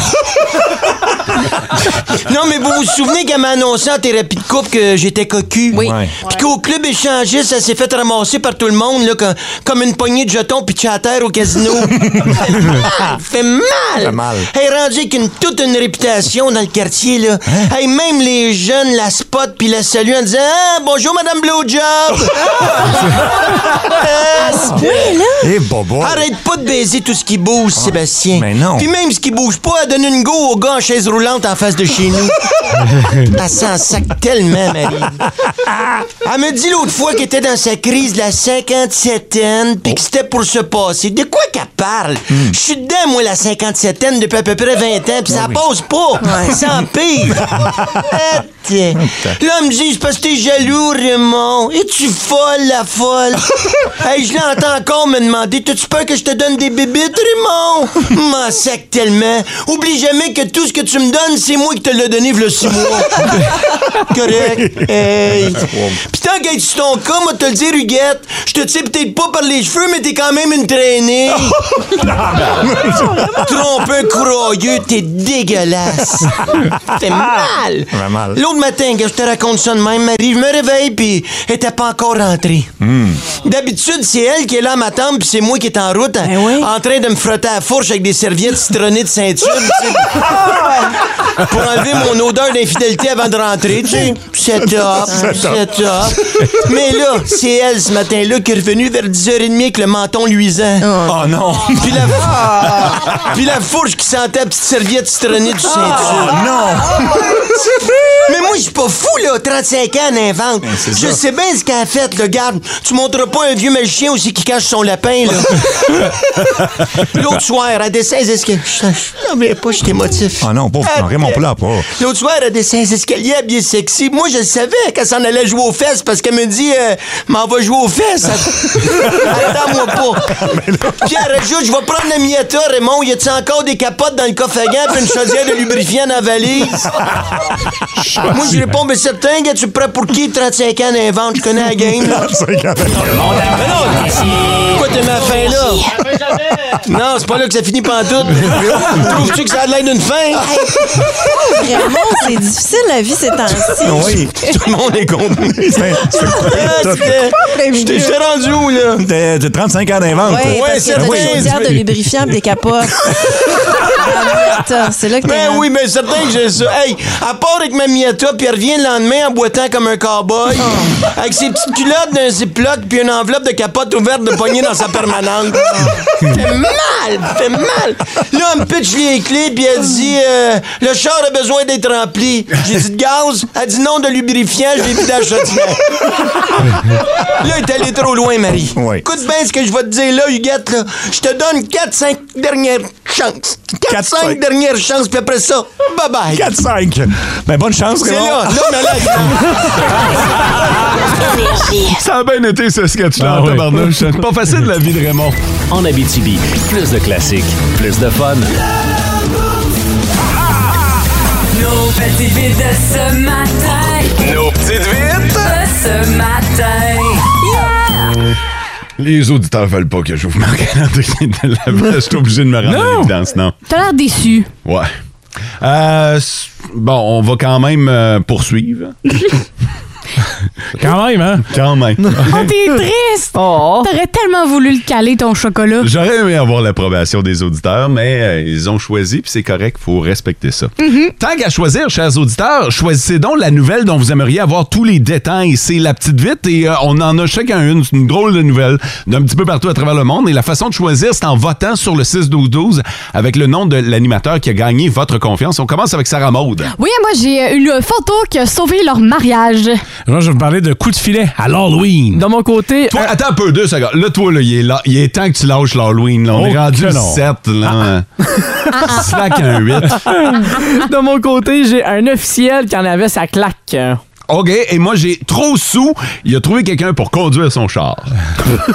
Speaker 7: non, mais vous vous souvenez qu'elle m'a annoncé en thérapie de couple que j'étais cocu?
Speaker 10: Oui.
Speaker 8: Ouais.
Speaker 7: Puis qu'au club échangiste, ça s'est fait ramasser par tout le monde, là, co- comme une poignée de jetons pitchés à terre au casino. fait mal! Fait mal!
Speaker 8: mal.
Speaker 7: Elle est rendue avec une, toute une réputation dans le quartier, là. Hey, même les jeunes la spot puis la saluent en disant Ah, Bonjour, Madame Blowjob!
Speaker 8: Eh, bobo. Ah,
Speaker 7: Arrête pas de baiser tout ce qui bouge, Sébastien.
Speaker 8: Mais non.
Speaker 7: Puis même ce qui bouge pas, elle donne une go au gars en chaise roulante en face de chez nous. elle s'en sac tellement, Marie. Elle me dit l'autre fois qu'elle était dans sa crise de la cinquante-septaine, puis que c'était pour se passer. De quoi qu'elle parle? Je suis dedans, moi, la cinquante-septaine, depuis à peu près 20 ans, puis ça passe pas. Ça empire. Là, elle me dit, c'est parce que t'es jaloux, Raymond. Es-tu folle, la folle? hey, je l'entends encore me demander, t'as-tu peur que je te donne des bébites, Raymond? M'en sac tellement. Oublie jamais que tout ce que tu me donnes, c'est moi qui te l'ai donné, v'là six mois. Correct. Hey. Pis tant qu'à être sur ton cas, moi, te le dire, Huguette, je te tire peut-être pas par les cheveux, mais t'es quand même une traînée. Trompeux croyeux, t'es dégueulasse.
Speaker 10: Ah.
Speaker 7: T'es mal.
Speaker 8: Vraiment. là.
Speaker 7: L'autre matin, que je te raconte ça de même, Marie, je me réveille, puis elle était pas encore rentrée.
Speaker 8: Hmm.
Speaker 7: D'habitude, c'est elle qui est là à ma tante, puis c'est moi qui est en route,
Speaker 8: Ben
Speaker 7: en- en train de me frotter à la fourche avec des serviettes citronnées de ceinture, tu sais, pour enlever mon odeur d'infidélité avant de rentrer, tu sais. C'est top,
Speaker 8: C'est top.
Speaker 7: c'est top. Mais là, c'est elle, ce matin-là, qui est revenue vers 10h30 avec le menton luisant.
Speaker 8: Oh non!
Speaker 7: Puis la, puis la fourche qui sentait la petite serviette citronnée du ceinture.
Speaker 8: non!
Speaker 7: Mais moi, je suis pas fou, là. 35 ans, elle invente.
Speaker 8: c'est
Speaker 7: je
Speaker 8: ça.
Speaker 7: sais bien ce qu'elle a fait, là. Garde, tu montres pas un vieux magicien aussi qui cache son lapin, là. L'autre soir, elle descend les escaliers. Je je- non, mais pas, je suis émotif.
Speaker 8: Oh non, pauvre, non, Raymond Plat, pas.
Speaker 7: L'autre soir, elle descend les escaliers bien sexy. Moi, je le savais qu'elle s'en allait jouer aux fesses parce qu'elle me dit euh, M'en va jouer aux fesses. Attends-moi pas. Puis elle rajoute Je vais prendre la mietta, Raymond. Y a-tu encore des capotes dans le coffre à gants puis une chaudière de lubrifiant dans la valise Moi, je réponds Mais certain, gars, tu prends pour qui 35 ans d'invente Je connais la game, là. Pourquoi t'es ma fin, là Non, c'est pas là que ça finit pantoute. Trouves-tu que ça a l'air d'une fin
Speaker 10: Vraiment, c'est difficile la vie ces temps-ci.
Speaker 8: Oui.
Speaker 7: Tout le monde est content.
Speaker 8: C'est-
Speaker 7: Ah,
Speaker 8: c'est-
Speaker 7: c'était- Je t'ai- je t'ai rendu où, là?
Speaker 8: T'es t'es 35 ans d'invente.
Speaker 10: Ouais, parce
Speaker 7: c'est
Speaker 10: que t'as
Speaker 7: vrai,
Speaker 10: des chaudières
Speaker 7: oui.
Speaker 10: de lubrifiant pis des capotes. Ah, attends, c'est là que t'es.
Speaker 7: Ben
Speaker 10: rendu. Ah.
Speaker 7: oui, ben certain que j'ai ça. Hey, à part avec ma mietta, puis elle revient le lendemain en boitant comme un cow-boy,
Speaker 10: Ah.
Speaker 7: avec ses petites culottes d'un ziploc, puis une enveloppe de capote ouverte de poignée dans sa permanente.
Speaker 10: Ah.
Speaker 7: fait mal, fait mal. Là, elle me pitch les clés, puis elle dit euh, Le char a besoin d'être rempli. J'ai dit de gaz. Elle dit non de lubrifiant, je l'ai vidé à Châtiment. Là, est allé trop loin, Marie.
Speaker 8: Oui.
Speaker 7: Écoute bien ce que je vais te dire là, Huguette. Là. Je te donne 4-5 dernières chances. 4-5
Speaker 8: cinq.
Speaker 7: dernières chances, puis après ça, bye-bye.
Speaker 8: 4-5. Ben, bonne chance,
Speaker 7: C'est
Speaker 8: Raymond.
Speaker 7: là, là, mais là,
Speaker 3: Ça a bien été ce sketch-là,
Speaker 6: Ah
Speaker 3: en
Speaker 6: oui.
Speaker 3: tabarnouche. C'est Pas facile la vie de Raymond.
Speaker 2: En Abitibi, plus de classiques, plus de fun.
Speaker 1: Nos petites vites de ce matin.
Speaker 2: Nos petites vites!
Speaker 1: De ce matin. Yeah!
Speaker 3: Euh, Les auditeurs veulent pas que je vous marque à l'entrée de la place. Je suis obligé de me rendre à
Speaker 6: Non.
Speaker 3: l'évidence, non?
Speaker 4: T'as l'air déçu.
Speaker 3: Ouais. Euh, s- bon, on va quand même euh, poursuivre.
Speaker 6: Quand même, hein?
Speaker 3: Quand même.
Speaker 4: Oh, t'es triste!
Speaker 5: Oh!
Speaker 4: T'aurais tellement voulu le caler, ton chocolat.
Speaker 3: J'aurais aimé avoir l'approbation des auditeurs, mais euh, ils ont choisi, puis c'est correct, faut respecter ça.
Speaker 5: Mm-hmm.
Speaker 3: Tant qu'à choisir, chers auditeurs, choisissez donc la nouvelle dont vous aimeriez avoir tous les détails. C'est la petite vite, et euh, on en a chacun une. C'est une drôle de nouvelle d'un petit peu partout à travers le monde. Et la façon de choisir, c'est en votant sur le 6-12-12 avec le nom de l'animateur qui a gagné votre confiance. On commence avec Sarah Maude.
Speaker 4: Oui, moi, j'ai euh, une photo qui a sauvé leur mariage.
Speaker 6: Moi, je vais vous parler de coup de filet à l'Halloween.
Speaker 5: De mon côté, euh,
Speaker 3: Toi, attends un peu, deux secondes. Là, toi, là, il, est là, il est temps que tu lâches l'Halloween. là. On
Speaker 6: Oh
Speaker 3: est rendu
Speaker 6: que
Speaker 3: le
Speaker 6: non.
Speaker 3: 7,
Speaker 5: Ah,
Speaker 3: là.
Speaker 4: Ah,
Speaker 3: Slack un 8.
Speaker 5: de mon côté, j'ai un officiel qui en avait sa claque.
Speaker 3: Hein. OK, et moi, j'ai trop sous. Il a trouvé quelqu'un pour conduire son char.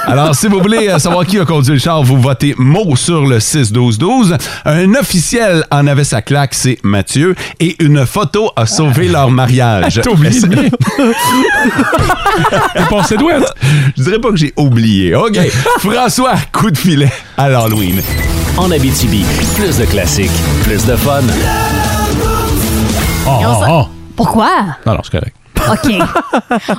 Speaker 3: Alors, si vous voulez euh, savoir qui a conduit le char, vous votez mot sur le 6-12-12. Un officiel en avait sa claque, c'est Mathieu. Et une photo a sauvé leur mariage.
Speaker 6: Ah. T'as oublié de bien. T'es passé douette.
Speaker 3: Je dirais pas que j'ai oublié. OK. François, coup de filet à l'Halloween.
Speaker 2: En Abitibi, plus de classiques, plus de fun.
Speaker 6: Oh, oh, oh.
Speaker 4: Pourquoi?
Speaker 6: Non, non, c'est correct.
Speaker 4: OK.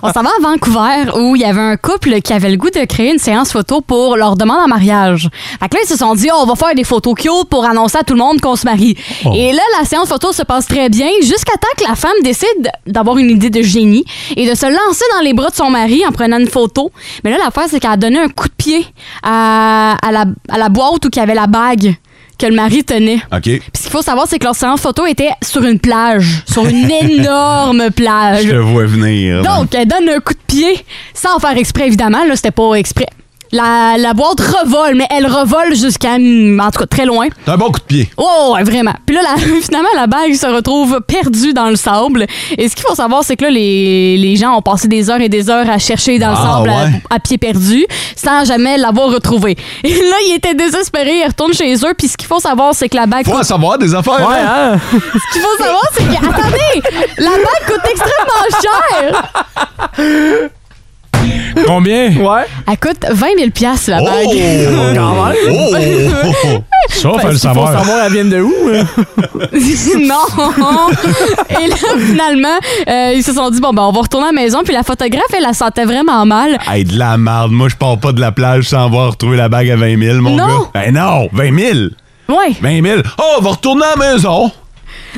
Speaker 4: On s'en va à Vancouver où il y avait un couple qui avait le goût de créer une séance photo pour leur demande en mariage. Fait que là, ils se sont dit, Oh, on va faire des photos cute pour annoncer à tout le monde qu'on se marie.
Speaker 6: Oh.
Speaker 4: Et là, la séance photo se passe très bien jusqu'à temps que la femme décide d'avoir une idée de génie et de se lancer dans les bras de son mari en prenant une photo. Mais là, l'affaire, c'est qu'elle a donné un coup de pied à, à la, à la boîte où il y avait la bague que le mari tenait.
Speaker 3: OK.
Speaker 4: Puis ce qu'il faut savoir, c'est que leur séance photo était sur une plage, sur une énorme plage.
Speaker 3: Je te vois venir. ben-
Speaker 4: Donc, elle donne un coup de pied, sans faire exprès, évidemment. Là, c'était pas exprès. La, la boîte revole, mais elle revole jusqu'à, hum, en tout cas, très loin.
Speaker 3: T'as un bon coup de pied.
Speaker 4: Oh, ouais, vraiment. Puis là, la- finalement, la bague se retrouve perdue dans le sable. Et ce qu'il faut savoir, c'est que là, les, les gens ont passé des heures et des heures à chercher dans le
Speaker 3: Ah,
Speaker 4: sable à-
Speaker 3: ouais.
Speaker 4: à, pied perdu sans jamais l'avoir retrouvée. Et là, ils étaient désespérés. Ils retournent chez eux. Puis ce qu'il faut savoir, c'est que la bague.
Speaker 3: Faut en savoir des affaires.
Speaker 5: Ouais,
Speaker 3: hein?
Speaker 5: hein?
Speaker 4: Ce qu'il faut savoir, c'est que. Attendez! La bague coûte extrêmement cher!
Speaker 6: Combien?
Speaker 5: Ouais.
Speaker 4: Elle coûte 20 000 piastres, la
Speaker 3: Oh!
Speaker 4: bague.
Speaker 5: Quand même.
Speaker 3: Oh!
Speaker 6: Ça, faut
Speaker 5: Parce
Speaker 6: le
Speaker 5: qu'il faut
Speaker 6: savoir.
Speaker 5: savoir, elle vient de où? hein?
Speaker 4: non! Et là, finalement, euh, ils se sont dit, bon, ben, on va retourner à la maison. Puis la photographe, elle la sentait vraiment mal.
Speaker 3: Hey, de la merde. Moi, je pars pas de la plage sans avoir retrouvé la bague à 20 000, mon
Speaker 4: Non.
Speaker 3: gars. Hey, non! 20 000!
Speaker 4: Ouais.
Speaker 3: 20 000! Oh, on va retourner à la maison!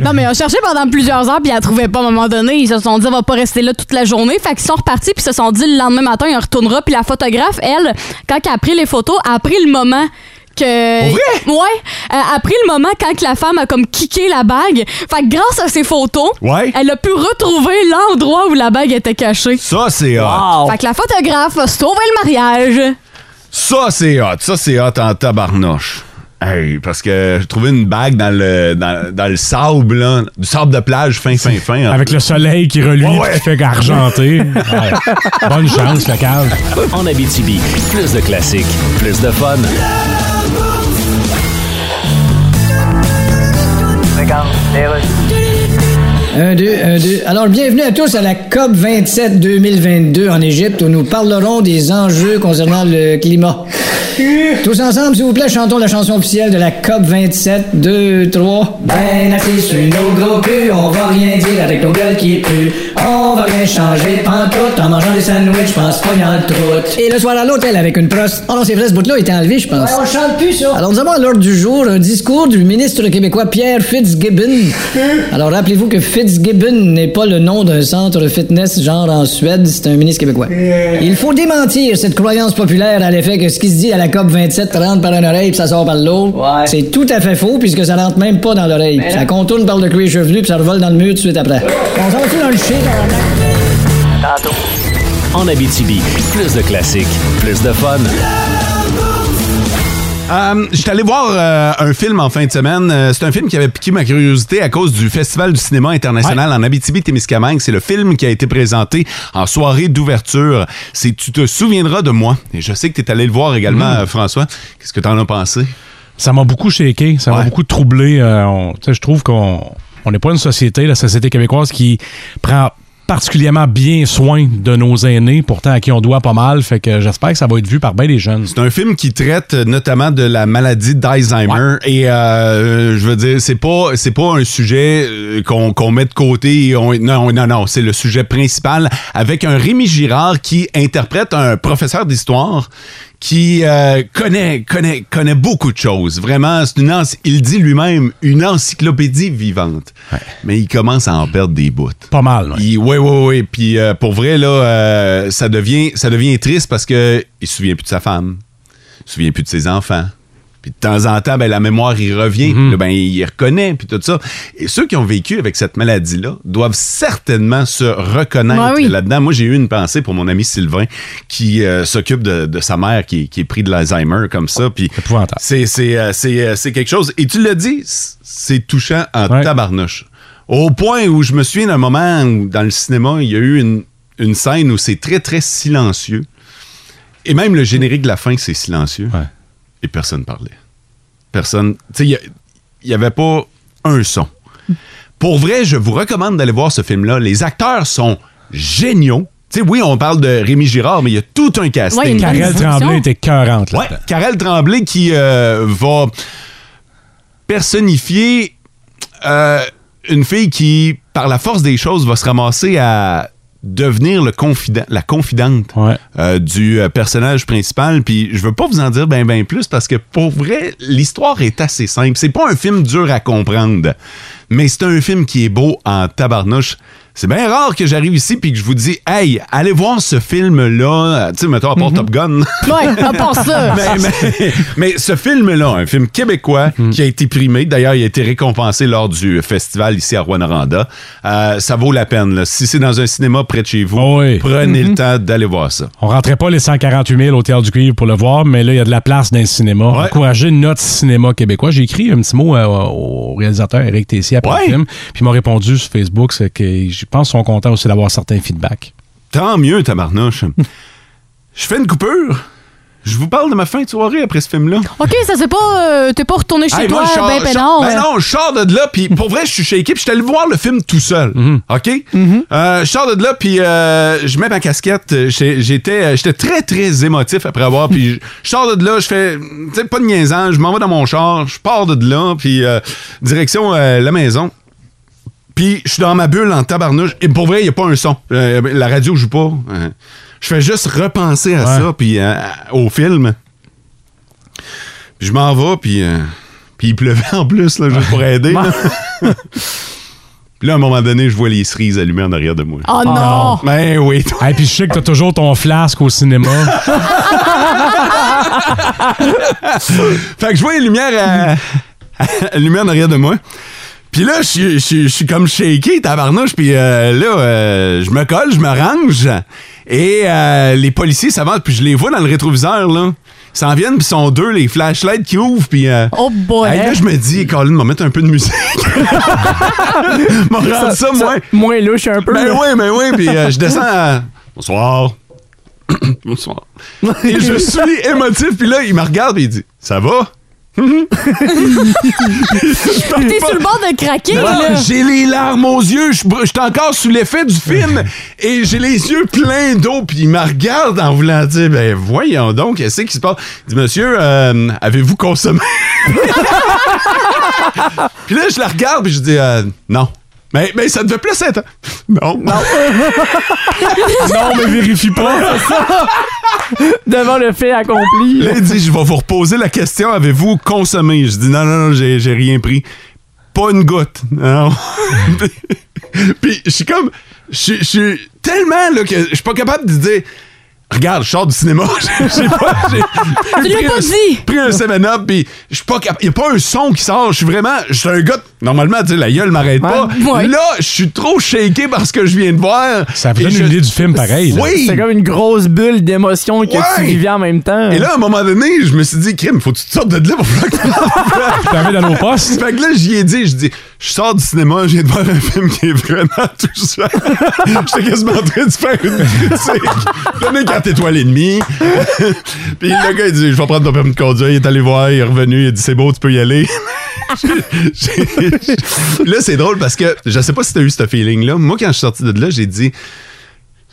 Speaker 4: Non, mais on cherchait pendant plusieurs heures, puis ils la trouvaient pas à un moment donné. Ils se sont dit, on va pas rester là toute la journée. Fait qu'ils sont repartis, puis ils se sont dit, le lendemain matin, il retournera. Puis la photographe, elle, quand elle a pris les photos, a pris le moment que.
Speaker 3: Pour vrai?
Speaker 4: Ouais. Elle a pris le moment quand que la femme a comme kické la bague. Fait que grâce à ces photos,
Speaker 3: Ouais.
Speaker 4: elle a pu retrouver l'endroit où la bague était cachée.
Speaker 3: Ça, c'est hot.
Speaker 4: Fait que la photographe a sauvé le mariage.
Speaker 3: Ça, c'est hot. Ça, c'est hot en tabarnouche. Hey, parce que j'ai trouvé une bague dans le, dans, dans le sable, là, du sable de plage fin, fin, fin. en
Speaker 6: Avec le soleil qui reluit
Speaker 3: Ouais, ouais.
Speaker 6: puis qui fait argenté. Ouais. Bonne chance, le cave.
Speaker 2: En Abitibi, plus de classiques, plus de fun.
Speaker 9: Un, deux, un, deux. Alors, bienvenue à tous à la COP 27 2022 en Égypte où nous parlerons des enjeux concernant le climat. Tous ensemble, s'il vous plaît, chantons la chanson officielle de la COP 27, 2, 3. Ben assis sur nos gros culs, on va rien dire avec nos gueules qui puent. On va rien changer pantoute en mangeant des sandwichs, pense pas y en troute. Et le soir à l'hôtel avec une proste. Oh non, c'est vrai, ce bout-là il était enlevé, je pense. on chante plus, ça. Alors, nous avons à l'ordre du jour un discours du ministre québécois Pierre Fitzgibbon. Alors, rappelez-vous que Fitzgibbon n'est pas le nom d'un centre fitness genre en Suède, c'est un ministre québécois. Il faut démentir cette croyance populaire à l'effet que ce qui se dit à la COP 27 rentre par une oreille puis ça sort par l'autre. C'est tout à fait faux puisque ça rentre même pas dans l'oreille. Ça contourne par le cuir chevelu puis ça revole dans le mur tout de suite après. On s'en fout dans le shit, tabarnak.
Speaker 2: En Abitibi, plus de classiques, plus de fun.
Speaker 3: Euh, je suis allé voir euh, un film en fin de semaine. Euh, c'est un film qui avait piqué ma curiosité à cause du Festival du cinéma international en Abitibi-Témiscamingue. C'est le film qui a été présenté en soirée d'ouverture. C'est Tu te souviendras de moi. Et je sais que tu es allé le voir également, euh, François. Qu'est-ce que tu en as pensé?
Speaker 6: Ça m'a beaucoup shaké, ça m'a
Speaker 3: Ouais.
Speaker 6: beaucoup troublé. Euh, on- tu sais, je trouve qu'on on n'est pas une société, la société québécoise, qui prend particulièrement bien soin de nos aînés, pourtant à qui on doit pas mal. Fait que j'espère que ça va être vu par bien des jeunes.
Speaker 3: C'est un film qui traite euh, notamment de la maladie d'Alzheimer et euh, je veux dire c'est pas c'est pas un sujet euh, qu'on qu'on met de côté et on- non non non c'est le sujet principal avec un Rémi Girard qui interprète un professeur d'histoire qui euh, connaît connaît connaît beaucoup de choses vraiment c'est une enc- il dit lui-même une encyclopédie vivante mais il commence à en perdre des bouts
Speaker 6: Pas mal. ouais.
Speaker 3: il- Oui, oui, oui. Puis euh, pour vrai, là, euh, ça, devient, ça devient triste parce que il se souvient plus de sa femme, il se souvient plus de ses enfants. Puis de temps en temps, ben, la mémoire, il revient.
Speaker 6: Mhm.
Speaker 3: Là, ben, il reconnaît, puis tout ça. Et ceux qui ont vécu avec cette maladie-là doivent certainement se reconnaître
Speaker 4: Ouais, oui.
Speaker 3: là-dedans. Moi, j'ai eu une pensée pour mon ami Sylvain qui euh, s'occupe de, de sa mère qui, est- qui est pris de l'Alzheimer comme ça. Puis
Speaker 6: Épouvantable.
Speaker 3: c'est, c'est, euh, c'est, euh, c'est quelque chose. Et tu l'as dit, c- c'est touchant en
Speaker 6: Ouais.
Speaker 3: tabarnouche. Au point où je me souviens d'un moment où, dans le cinéma, il y a eu une, une scène où c'est très, très silencieux. Et même le générique de la fin, c'est silencieux.
Speaker 6: Ouais.
Speaker 3: Et personne parlait. Personne. Tu sais, il n'y avait pas un son. Pour vrai, je vous recommande d'aller voir ce film-là. Les acteurs sont géniaux. Tu sais, oui, on parle de Rémi Girard, mais il y a tout un casting.
Speaker 4: Ouais, il y a une bonne
Speaker 6: Karel
Speaker 4: description.
Speaker 6: Tremblay était cœurante.
Speaker 3: Ouais, Karel Tremblay qui euh, va personnifier euh, une fille qui, par la force des choses, va se ramasser à devenir le confident, la confidente
Speaker 6: Ouais.
Speaker 3: euh, du euh, personnage principal. Puis je veux pas vous en dire ben ben plus parce que pour vrai, l'histoire est assez simple. C'est pas un film dur à comprendre, mais c'est un film qui est beau en tabarnouche. C'est bien rare que j'arrive ici puis que je vous dis, hey, allez voir ce film-là. euh, Tu sais, mettons, à part Top Gun.
Speaker 10: Ouais, à part ça.
Speaker 3: mais, mais- mais ce film-là, un film québécois qui a été primé, d'ailleurs, il a été récompensé lors du festival ici à Rwanda. ça vaut la peine. là. Si c'est dans un cinéma près de chez vous,
Speaker 6: oui.
Speaker 3: prenez le temps d'aller voir ça.
Speaker 6: On rentrait pas les 148 000 au Théâtre du Cuivre pour le voir, mais là, il y a de la place dans le cinéma. Encourager notre cinéma québécois. J'ai écrit un petit mot euh, au réalisateur Eric Tessier après
Speaker 3: Ouais.
Speaker 6: le film, puis il m'a répondu sur Facebook c'est que je pense qu'ils sont contents aussi d'avoir certains feedbacks.
Speaker 3: Tant mieux, tabarnouche. je fais une coupure. Je vous parle de ma fin de soirée après ce film-là.
Speaker 4: OK, ça c'est pas. euh, T'es pas retourné chez
Speaker 3: Hey,
Speaker 4: toi,
Speaker 3: moi, je sors-
Speaker 4: ben
Speaker 3: je
Speaker 4: pénard.
Speaker 3: sors- ben non, je sors de là, puis pour vrai, je suis shaké, puis je suis allé voir le film tout seul. OK?
Speaker 4: Mhm.
Speaker 3: Euh, je sors de là, puis euh, je mets ma casquette. euh, j'ai- J'étais euh, j'étais très, très émotif après avoir, puis je- je sors de là, je fais, tu sais, pas de niaisant, je m'en vais dans mon char, je pars de là, puis euh, direction euh, la maison. Puis je suis dans ma bulle en tabarnouche. Et pour vrai, il n'y a pas un son. Euh, la radio joue pas. Euh, je fais juste repenser à ça, puis euh, au film. Puis je m'en vais, puis, euh, puis il pleuvait en plus, là, juste pour aider. là. puis là, à un moment donné, je vois les cerises allumées en arrière de moi.
Speaker 4: Oh non!
Speaker 3: Ben oui.
Speaker 6: Et puis je sais que t'as toujours ton flasque au cinéma.
Speaker 3: fait que je vois les lumières à... lumière en arrière de moi. Puis là, je suis- je suis- je suis comme shaké, tabarnouche. Puis euh, là, euh, je me colle, je me range. Et euh, les policiers s'avancent, puis je les vois dans le rétroviseur, là. Ils s'en viennent, puis ils sont deux, les flashlights qui ouvrent, puis... euh,
Speaker 4: Oh boy!
Speaker 3: hey, là, je me dis, Colin, m'a mettre un peu de musique. m'a rendre ça, moins...
Speaker 5: Moins louche un peu.
Speaker 3: Ben
Speaker 5: là.
Speaker 3: oui, ben oui, puis euh, je descends à... Bonsoir. Bonsoir. Et je suis émotif, puis là, il me regarde et il dit, ça va?
Speaker 4: T'es sur le bord de craquer, là!
Speaker 3: Ah, J'ai les larmes aux yeux, je suis br- je suis encore sous l'effet du film et j'ai les yeux pleins d'eau puis il me regarde en voulant dire ben voyons donc qu'est-ce qui se passe. Il dit monsieur euh, avez-vous consommé Puis là je la regarde puis je dis euh, non. Mais, mais ça devait plus être. Non. Non.
Speaker 6: non, mais vérifie pas.
Speaker 5: Devant le fait accompli.
Speaker 3: Là, il dit, je vais vous reposer la question, avez-vous consommé? Je dis, non, non, non, j'ai, j'ai rien pris. Pas une goutte. Non. Puis- Puis, je suis comme, je suis- je suis tellement, là, que je suis pas capable de dire, regarde, je sors du cinéma. J'ai- j'ai pas, j'ai-
Speaker 4: Tu l'as
Speaker 3: pris
Speaker 4: pas
Speaker 3: un-
Speaker 4: dit.
Speaker 3: pris un 7-up, puis je suis pas capable. Il a pas un son qui sort. Je suis vraiment, je suis un gars, normalement, tu sais, la gueule m'arrête pas.
Speaker 4: Ouais.
Speaker 3: Là, je suis trop shaké parce que je viens de voir.
Speaker 6: Ça vous
Speaker 3: Et
Speaker 6: donne
Speaker 3: je-
Speaker 6: une idée du film pareil. là.
Speaker 3: Oui!
Speaker 5: C'est comme une grosse bulle d'émotion que tu
Speaker 3: Ouais.
Speaker 5: vivais en même temps.
Speaker 3: Et là, à un moment donné, je me suis dit, crime, faut que tu te sortes de là pour falloir que tu
Speaker 6: Puis t'arrives dans nos postes.
Speaker 3: Fait que là, j'y ai dit, je dis, je sors du cinéma, je viens de voir un film qui est vraiment touchant. J'étais quasiment en train de faire une critique. Donnez carte étoile et demie. Puis le gars, il dit, je vais prendre ton permis de conduire. Il est allé voir, il est revenu, il a dit, c'est beau, tu peux y aller. J'ai- j'ai- là, c'est drôle parce que je sais pas si t'as eu ce feeling-là. Moi, quand je suis sorti de là, j'ai dit,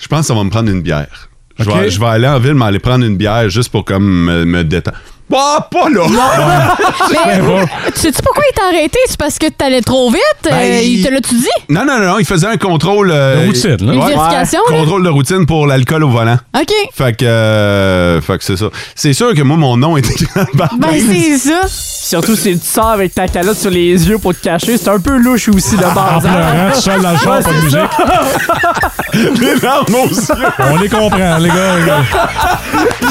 Speaker 3: je pense qu'on va me prendre une bière. Je,
Speaker 6: Ok.
Speaker 3: vais, je vais aller en ville, m'aller prendre une bière juste pour comme me, me détendre. Bah, pas là!
Speaker 4: Mais, tu sais-tu pourquoi il t'a arrêté? C'est parce que t'allais trop vite? Euh, il
Speaker 3: Ben, il-
Speaker 4: te l'a-tu dit?
Speaker 3: Non, non, non, il faisait un contrôle. euh,
Speaker 6: De routine, là.
Speaker 4: Une
Speaker 3: Ouais.
Speaker 4: vérification, là?
Speaker 3: Contrôle de routine pour l'alcool au volant.
Speaker 4: OK.
Speaker 3: Fait que, euh, fait que c'est ça. C'est sûr que moi, mon nom est écrit dans le barbelé.
Speaker 4: Ben, c'est ça.
Speaker 5: Surtout si tu sors avec ta calotte sur les yeux pour te cacher, c'est un peu louche aussi de
Speaker 6: En
Speaker 5: base. hein?
Speaker 6: pleurant, tout
Speaker 5: Ah,
Speaker 6: seul dans le char, pas de musique.
Speaker 3: Les larmes aux yeux.
Speaker 6: On les comprend, les gars. les gars.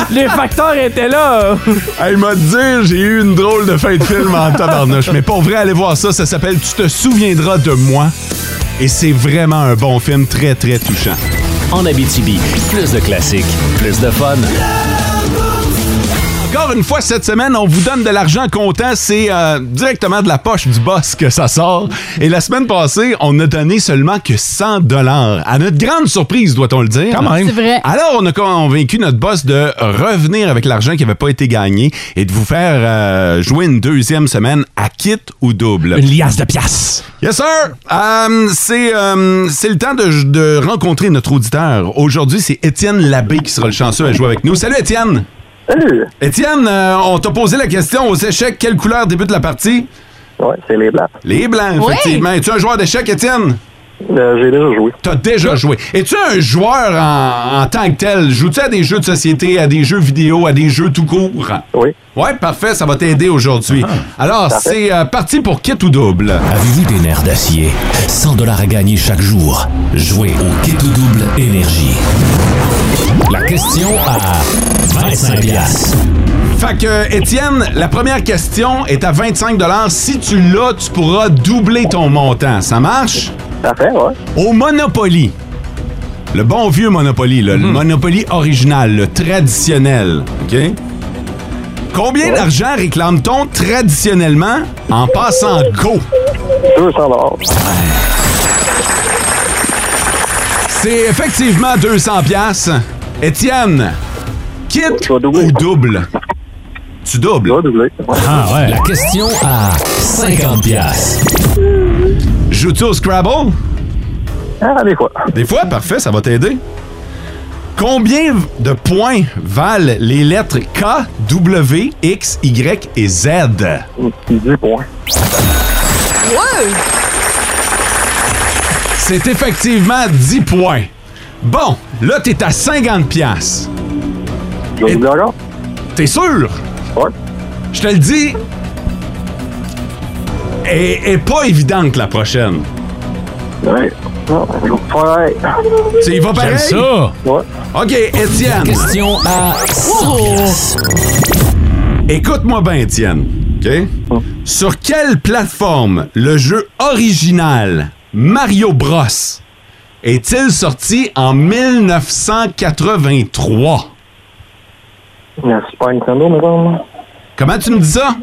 Speaker 5: Les facteurs étaient là.
Speaker 3: Hey, m'a dit, j'ai eu une drôle de fin de film en tabarnouche. Mais pour vrai, allez voir ça. Ça s'appelle Tu te souviendras de moi. Et c'est vraiment un bon film, très, très touchant.
Speaker 2: En Abitibi, plus de classiques, plus de fun.
Speaker 3: Encore une fois, cette semaine, on vous donne de l'argent comptant. C'est euh, directement de la poche du boss que ça sort. Et la semaine passée, on n'a donné seulement que 100 dollars. À notre grande surprise, doit-on le dire.
Speaker 6: Quand même.
Speaker 4: C'est vrai.
Speaker 3: Alors, on a convaincu notre boss de revenir avec l'argent qui n'avait pas été gagné et de vous faire euh, jouer une deuxième semaine à kit ou double.
Speaker 6: Une liasse de piastres.
Speaker 3: Yes, sir! Euh, c'est euh, c'est le temps de, de rencontrer notre auditeur. Aujourd'hui, c'est Étienne Labbé qui sera le chanceux à jouer avec nous. Salut, Étienne! Étienne, euh, on t'a posé la question aux échecs. Quelle couleur débute la partie?
Speaker 11: Ouais, c'est les blagues.
Speaker 3: Les blancs,
Speaker 4: Oui.
Speaker 3: effectivement. Es-tu un joueur d'échecs, Étienne?
Speaker 11: Euh, J'ai déjà joué.
Speaker 3: T'as déjà joué. Es-tu un joueur en, en tant que tel? Joues-tu à des jeux de société, à des jeux vidéo, à des jeux tout court? Oui. Ouais, parfait, ça va t'aider aujourd'hui.
Speaker 11: Ah.
Speaker 3: Alors,
Speaker 12: Parfait.
Speaker 3: c'est euh, parti pour kit ou double.
Speaker 12: Avez-vous des nerfs d'acier? 100 dollars à gagner chaque jour. Jouez au kit ou double énergie. La question à 25 piastres.
Speaker 3: Fait que, Étienne, la première question est à 25 Si tu l'as, tu pourras doubler ton montant. Ça marche? Parfait, ouais. Au Monopoly, le bon vieux Monopoly, là,
Speaker 12: Mhm.
Speaker 3: le Monopoly original, le traditionnel, OK? Combien d'argent réclame-t-on traditionnellement en passant go?
Speaker 11: 200
Speaker 3: C'est effectivement 200 pièces. Étienne, quitte ou double? Tu doubles? Ah ouais.
Speaker 12: La question à 50 piastres.
Speaker 3: Joues-tu au Scrabble? Ah, des fois. Des fois, parfait, ça va t'aider. Combien de points valent les lettres K, W, X, Y et Z? 10 points. C'est effectivement 10 points. Bon, là, t'es à 50 piastres. Et- T'es sûr? Ouais. Je te le dis, est, est pas évidente la prochaine. Ouais. Tu y vas pareil?
Speaker 12: J'aime ça.
Speaker 3: Ouais. OK, Étienne.
Speaker 12: La question à 100 piastres.
Speaker 3: Écoute-moi bien, Étienne. OK? Sur quelle plateforme le jeu original Mario Bros est-il sorti en 1983?
Speaker 11: La Super Nintendo, maintenant.
Speaker 3: Comment tu me dis ça?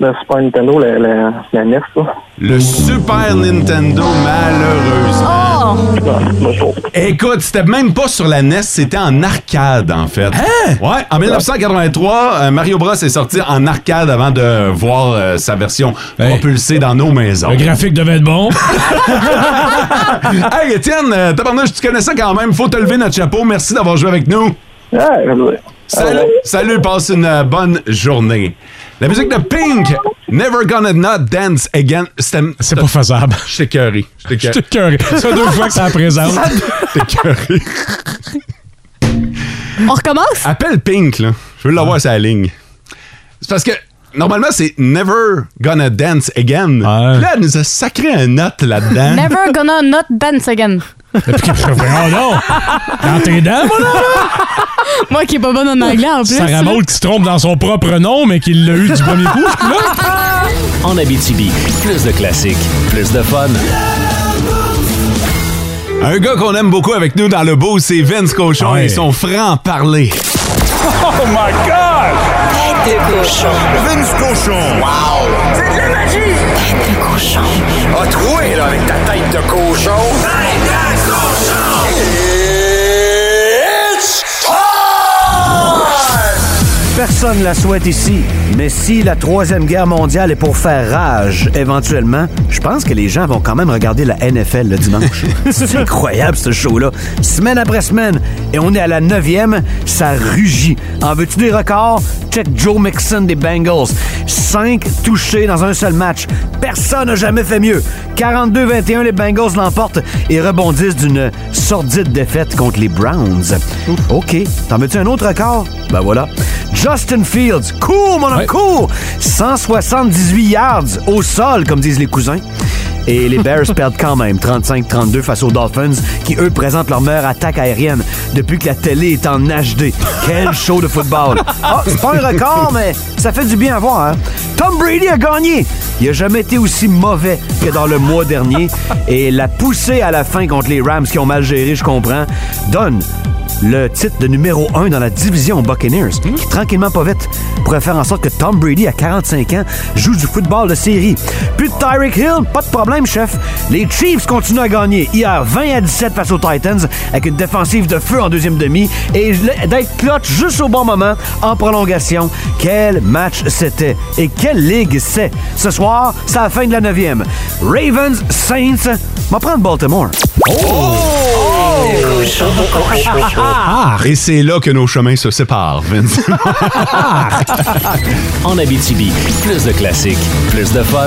Speaker 11: La Super Ben, Nintendo, la, la, la E NES, là.
Speaker 3: Le Super Nintendo, malheureusement.
Speaker 5: Oh!
Speaker 3: Écoute, c'était même pas sur la NES, c'était en arcade, en fait.
Speaker 6: Hein?
Speaker 3: Ouais, en 1983, euh, Mario Bros est sorti en arcade avant de voir euh, sa version propulsée dans nos maisons.
Speaker 6: Le graphique devait être bon.
Speaker 3: hey, Étienne, euh, tabarnouche, tu connais ça quand même. Faut te lever notre chapeau. Merci d'avoir joué avec nous. Salut, salut, passe une euh, bonne journée. La musique de Pink, Never Gonna Not Dance Again. C'est pas
Speaker 6: faisable.
Speaker 3: Je t'ai curé. Je t'ai curé.
Speaker 6: Je t'ai curé. Ça, deux fois que ça la présente.
Speaker 3: Ça, Je t'ai curé.
Speaker 4: On recommence?
Speaker 3: Appelle Pink, là. Je veux
Speaker 6: Ah.
Speaker 3: l'avoir sa ligne. C'est parce que normalement, c'est Never Gonna Dance Again. Puis Là, elle nous a sacré un note là-dedans.
Speaker 4: Never gonna not Ben dance again.
Speaker 6: Oh non! Dans tes dents, moi, Hein, là!
Speaker 4: Moi qui est pas bonne en anglais en plus.
Speaker 6: Sarah Maud qui se trompe dans son propre nom, mais qui l'a eu du premier coup.
Speaker 2: En Abitibi, plus de classiques, plus de fun.
Speaker 3: Un gars qu'on aime beaucoup avec nous dans le beau, c'est Vince Cochon et son franc-parler.
Speaker 1: Oh my god! Tête de cochon.
Speaker 8: Vince cochon.
Speaker 1: Wow! C'est de la magie! Tête de cochon. A troué, là, avec ta tête de cochon. Tête de cochon! It's
Speaker 13: Personne la souhaite ici, mais si la Troisième Guerre mondiale est pour faire rage, éventuellement, je pense que les gens vont quand même regarder la NFL le dimanche. C'est incroyable, ce show-là. Semaine après semaine, et on est à la neuvième, ça rugit. En veux-tu des records? Check Joe Mixon des Bengals. Cinq touchés dans un seul match. Personne n'a jamais fait mieux. 42-21, les Bengals l'emportent et rebondissent d'une sordide défaite contre les Browns. OK, t'en veux-tu un autre record? Ben voilà. Justin Fields, cours, mon homme, cours! 178 yards au sol, comme disent les cousins. Et les Bears perdent quand même 35-32 face aux Dolphins, qui eux présentent leur meilleure attaque aérienne depuis que la télé est en HD. Quel show de football! Ah, c'est pas un record, mais ça fait du bien à voir. hein. Tom Brady a gagné! Il a jamais été aussi mauvais que dans le mois dernier. Et la poussée à la fin contre les Rams qui ont mal géré, je comprends, donne le titre de numéro 1 dans la division aux Buccaneers, qui tranquillement pas vite pourrait faire en sorte que Tom Brady, à 45 ans, joue du football de série. Plus de Tyreek Hill, pas de problème, chef. Les Chiefs continuent à gagner. Hier, 20 à 17 face aux Titans, avec une défensive de feu en deuxième demi, et le- d'être clutch juste au bon moment, en prolongation. Quel match c'était, et quelle ligue c'est. Ce soir, c'est la fin de la neuvième. Ravens, Saints, va prendre Baltimore.
Speaker 1: Oh,
Speaker 5: Ah!
Speaker 3: Et c'est là que nos chemins se séparent, Vince.
Speaker 2: en Abitibi, plus de classiques, plus de fun.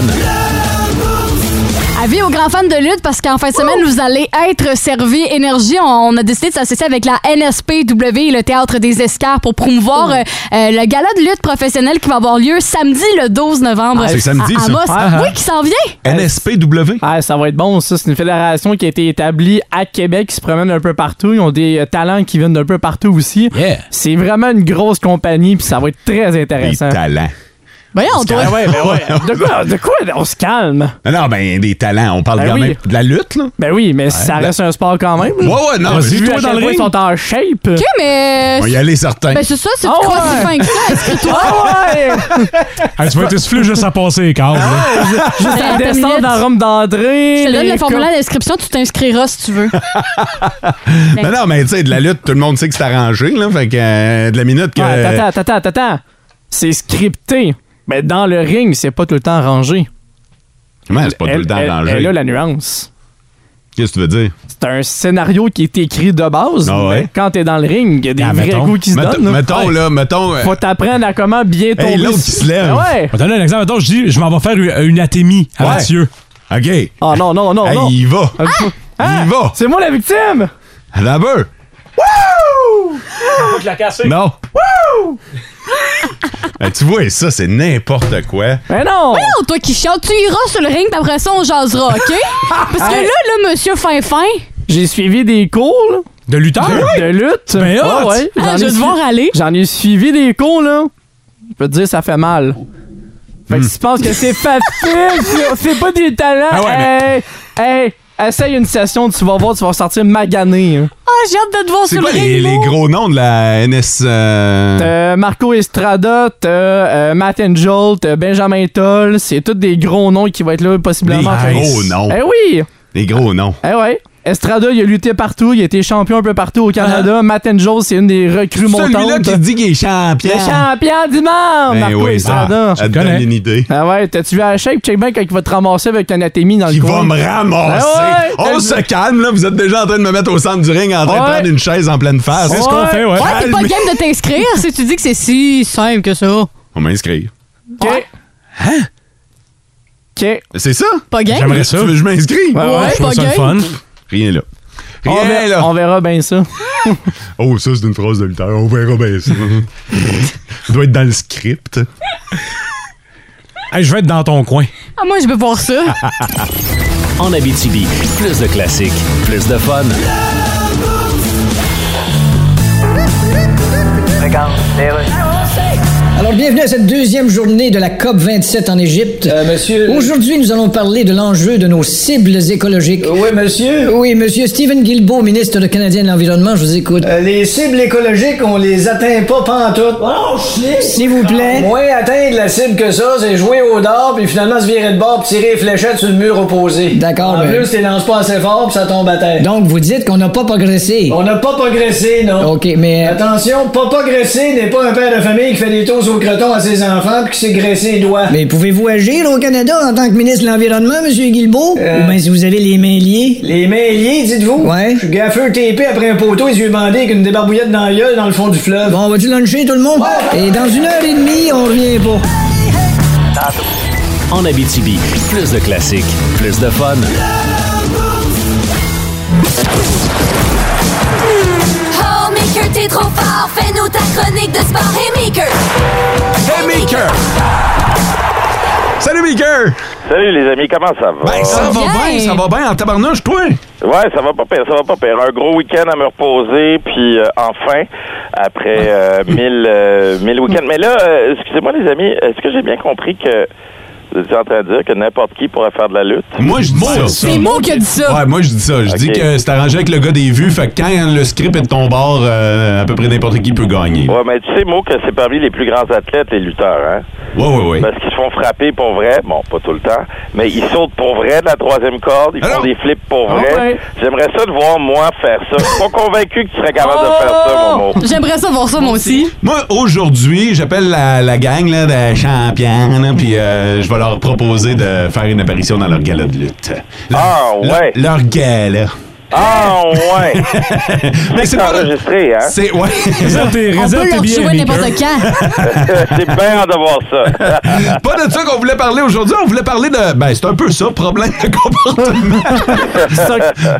Speaker 4: Avis aux grands fans de lutte, parce qu'en fin de semaine, vous allez être servi énergie. On, on a décidé de s'associer avec la NSPW, le Théâtre des Escarres, pour
Speaker 3: Oh.
Speaker 4: promouvoir euh, euh, le gala de lutte professionnelle qui va avoir lieu samedi le 12 novembre.
Speaker 3: Ah, c'est samedi,
Speaker 4: à
Speaker 3: ça.
Speaker 4: Amos.
Speaker 3: Ah, ah.
Speaker 4: Oui, qui s'en vient.
Speaker 3: NSPW.
Speaker 5: Ah, ça va être bon, ça. C'est une fédération qui a été établie à Québec, qui se promène un peu partout. Ils ont des euh, talents qui viennent d'un peu partout aussi. C'est vraiment une grosse compagnie, puis ça va être très intéressant. Des
Speaker 3: talents.
Speaker 4: Voyons,
Speaker 5: toi. ouais, ben ouais. De quoi, de quoi on se calme?
Speaker 3: Non, non, ben des talents. On parle
Speaker 5: Ben
Speaker 3: quand
Speaker 5: oui.
Speaker 3: même de la lutte, là.
Speaker 5: Ben oui, mais ça
Speaker 3: la-
Speaker 5: reste un sport quand même.
Speaker 3: Ouais, ouais, non, mais-
Speaker 5: Vu
Speaker 3: Toi,
Speaker 5: à
Speaker 3: dans
Speaker 5: quel
Speaker 3: le
Speaker 5: point
Speaker 3: ring.
Speaker 5: ils sont en shape.
Speaker 4: OK, mais.
Speaker 3: On y aller, certain.
Speaker 4: Ben, c'est ça, si tu
Speaker 5: Ah
Speaker 4: crois
Speaker 5: ouais.
Speaker 4: si fin que ça, inscris-toi.
Speaker 6: Hey, tu vas être essoufflé juste à passer, Carl.
Speaker 4: Ah, Attends,
Speaker 5: Juste à
Speaker 4: attends,
Speaker 5: descendre
Speaker 4: minute.
Speaker 5: dans la Rome d'André.
Speaker 4: Je te donne
Speaker 5: les
Speaker 4: le formulaire
Speaker 5: com-
Speaker 4: d'inscription, tu t'inscriras si tu veux. Ben-
Speaker 3: Non, non, mais tu sais, de la lutte, tout le monde sait que c'est arrangé, là. Fait que euh, de la minute que.
Speaker 5: Ouais, attends, attends, attends, attends. C'est scripté. Mais dans le ring, c'est pas tout le temps arrangé.
Speaker 3: Comment c'est pas tout le temps
Speaker 5: elle-
Speaker 3: arrangé?
Speaker 5: elle a la nuance.
Speaker 3: Qu'est-ce que tu veux dire?
Speaker 5: C'est un scénario qui est écrit de base.
Speaker 3: Ah ouais?
Speaker 5: mais quand t'es dans le ring, il y a des
Speaker 3: Ah,
Speaker 5: vrais
Speaker 3: mettons.
Speaker 5: coups qui se
Speaker 3: Mettons-
Speaker 5: donnent. là.
Speaker 3: mettons,
Speaker 5: Ouais.
Speaker 3: là, mettons, euh,
Speaker 5: Faut t'apprendre à comment bien tomber.
Speaker 3: Hey, l'autre
Speaker 5: sur-
Speaker 3: qui se lève.
Speaker 5: Ah Ouais.
Speaker 6: On va donner un exemple. Attends, je dis, je m'en vais faire euh, une, une atémie à
Speaker 3: Ouais.
Speaker 6: Mathieu.
Speaker 3: OK.
Speaker 5: Oh non, non, non,
Speaker 3: Hey,
Speaker 5: non.
Speaker 3: il va.
Speaker 5: Ah!
Speaker 3: Il va.
Speaker 5: C'est moi la victime!
Speaker 3: Attends un peu.
Speaker 6: Je la casse.
Speaker 3: Non. Ben, tu vois, ça, c'est n'importe quoi.
Speaker 4: Ben
Speaker 5: Mais non!
Speaker 4: Voyons, toi qui chante, tu iras sur le ring, puis après ça, on jasera, OK? Parce que
Speaker 5: Hey.
Speaker 4: là, là, monsieur fin-fin,
Speaker 5: J'ai suivi des cours, là.
Speaker 6: De lutteur?
Speaker 5: De lutte.
Speaker 6: Ben, hot.
Speaker 4: Ah, je vais
Speaker 5: ai
Speaker 4: devoir
Speaker 5: su-
Speaker 4: aller.
Speaker 5: J'en ai suivi des cours, là. Je peux te dire, ça fait mal. Fait
Speaker 3: Hmm.
Speaker 5: que si tu penses que c'est facile, c'est- c'est pas des talents.
Speaker 6: Ah ouais,
Speaker 5: hey, hey, essaye une session, tu vas voir, tu vas sortir magané. hein.
Speaker 4: ah, j'ai hâte de te voir
Speaker 3: C'est
Speaker 4: sur le
Speaker 3: quoi les,
Speaker 4: ring.
Speaker 3: les
Speaker 4: moi.
Speaker 3: gros noms de la NS. euh,
Speaker 5: T'as Marco Estrada, t'as euh, Matt Angel, t'as Benjamin Toll, c'est tous des gros noms qui vont être là
Speaker 3: Les
Speaker 5: possiblement.
Speaker 3: gros noms.
Speaker 5: Eh oui!
Speaker 3: Les gros noms.
Speaker 5: Eh ouais! Estrada, il a lutté partout, il a été champion un peu partout au Canada. Matt Angel, c'est une des recrues
Speaker 3: Ah. Celui-là
Speaker 5: montantes.
Speaker 3: qui dit qu'il est champion.
Speaker 5: Le champion du monde!
Speaker 3: Ben
Speaker 5: Marco
Speaker 3: oui,
Speaker 5: Estrada.
Speaker 3: ça, ça te donne une idée.
Speaker 5: Ah ouais, t'as-tu vu à la shape? Check bien quand il va te ramasser avec un atémie dans
Speaker 3: Qui
Speaker 5: le
Speaker 3: va
Speaker 5: coin.
Speaker 3: me
Speaker 6: Ben
Speaker 3: ramasser.
Speaker 5: Ah ouais,
Speaker 3: On
Speaker 5: t'as-
Speaker 3: se calme, là. Vous êtes déjà en train de me mettre au centre du ring, en train
Speaker 5: Ouais.
Speaker 3: de prendre une chaise en pleine face.
Speaker 6: C'est ce qu'on fait, ouais.
Speaker 4: Ouais, t'es pas game de t'inscrire si tu dis que c'est si simple que ça.
Speaker 3: On m'inscrire.
Speaker 5: OK. OK.
Speaker 3: C'est ça?
Speaker 4: Pas game?
Speaker 6: J'aimerais ça.
Speaker 3: Tu veux que je m'inscris?
Speaker 5: Ouais, ouais.
Speaker 6: Je trouve
Speaker 4: pas
Speaker 6: ça le
Speaker 4: gay.
Speaker 6: fun.
Speaker 3: Rien là.
Speaker 5: On
Speaker 3: Rien
Speaker 5: verra,
Speaker 3: là.
Speaker 5: on verra bien ça.
Speaker 3: Oh, ça, c'est une phrase de lutteur. On verra bien ça. ça doit être dans le script.
Speaker 6: Hey, je vais être dans ton coin.
Speaker 4: Ah, moi, je veux voir ça.
Speaker 2: En Abitibi, plus de classiques, plus de fun.
Speaker 14: Oh,
Speaker 9: Alors, bienvenue à cette deuxième journée de la COP 27 en Égypte. Euh, monsieur. Aujourd'hui, nous allons parler de l'enjeu de nos cibles écologiques. Euh, oui, monsieur. Oui, monsieur Stephen Guilbeault, ministre de Canadien de l'Environnement, je vous écoute. Euh, les cibles écologiques, on les atteint pas pantoute. Oh, shit! S'il vous plaît. Moins atteindre la cible que ça, c'est jouer au dard, puis finalement se virer de bord, puis tirer les fléchettes sur le mur opposé. D'accord, En plus, tu lances pas assez fort, puis ça tombe à terre. Donc, vous dites qu'on n'a pas progressé. On n'a pas progressé, non. OK, mais... Attention, pas progressé n'est pas un père de famille qui fait des tours au croton à ses enfants puis qui s'est graissé les doigts. Mais pouvez-vous agir au Canada en tant que ministre de l'Environnement, M. Guilbeault? Ou bien si vous avez les mains liées? Euh. Les mains liées, dites-vous? Ouais. Je suis gaffeux TP après un poteau et je lui ai bandé avec une débarbouillette dans l'œil dans le fond du fleuve. Bon, va-tu luncher tout le monde? Et dans une heure et demie, on revient pas.
Speaker 2: En Abitibi, plus de classiques, plus de fun.
Speaker 14: Oh, Maker, t'es trop fort. Fais-nous ta chronique de sport. Hey, Maker.
Speaker 3: Hey, Maker! Salut, Maker!
Speaker 11: Salut les amis, comment ça va?
Speaker 3: Ben, ça va bien, ça va bien en tabarnouche, toi!
Speaker 11: Ouais, ça va pas pire, ça va pas pire. Un gros week-end à me reposer, puis euh, enfin, après
Speaker 3: Ah.
Speaker 11: euh, mille, euh, mille week-ends. Mais là, euh, excusez-moi les amis, est-ce que j'ai bien compris que vous étiez en train de dire que n'importe qui pourrait faire de la lutte?
Speaker 3: Moi, je dis ça.
Speaker 4: C'est moi qui ai dit ça.
Speaker 3: Ouais, moi, je dis ça. Je dis
Speaker 11: Ok.
Speaker 3: que c'est arrangé avec le gars des vues. Fait que quand le script est de ton bord, euh, à peu près n'importe qui peut gagner.
Speaker 11: Ouais, mais tu sais, Mo, que c'est parmi les plus grands athlètes, les lutteurs, hein?
Speaker 3: Ouais, ouais, ouais.
Speaker 11: Parce qu'ils se font frapper pour vrai. Bon, pas tout le temps. Mais ils sautent pour vrai de la troisième corde. Ils font des flips pour vrai.
Speaker 5: Ah ouais.
Speaker 11: J'aimerais ça de voir moi faire ça. Je suis pas convaincu que tu serais capable de faire ça, mon mot.
Speaker 4: Oh! J'aimerais ça voir ça, moi aussi.
Speaker 3: Moi, aujourd'hui, j'appelle la, la gang là, de champions, là, puis euh, je vais leur proposer de faire une apparition dans leur gala de lutte. Leur-
Speaker 11: Ah, ouais.
Speaker 3: Leur, leur gala.
Speaker 11: Ah, ouais.
Speaker 3: Mais
Speaker 11: c'est enregistré, hein?
Speaker 3: C'est, ouais.
Speaker 6: Réserve tes-
Speaker 4: On
Speaker 6: réserve
Speaker 4: peut
Speaker 6: tes
Speaker 4: leur
Speaker 6: billets,
Speaker 4: jouer
Speaker 6: Maker.
Speaker 4: n'importe quand.
Speaker 11: c'est bien de voir ça.
Speaker 3: Pas de ça qu'on voulait parler aujourd'hui. On voulait parler de. Ben, c'est un peu ça, problème de comportement.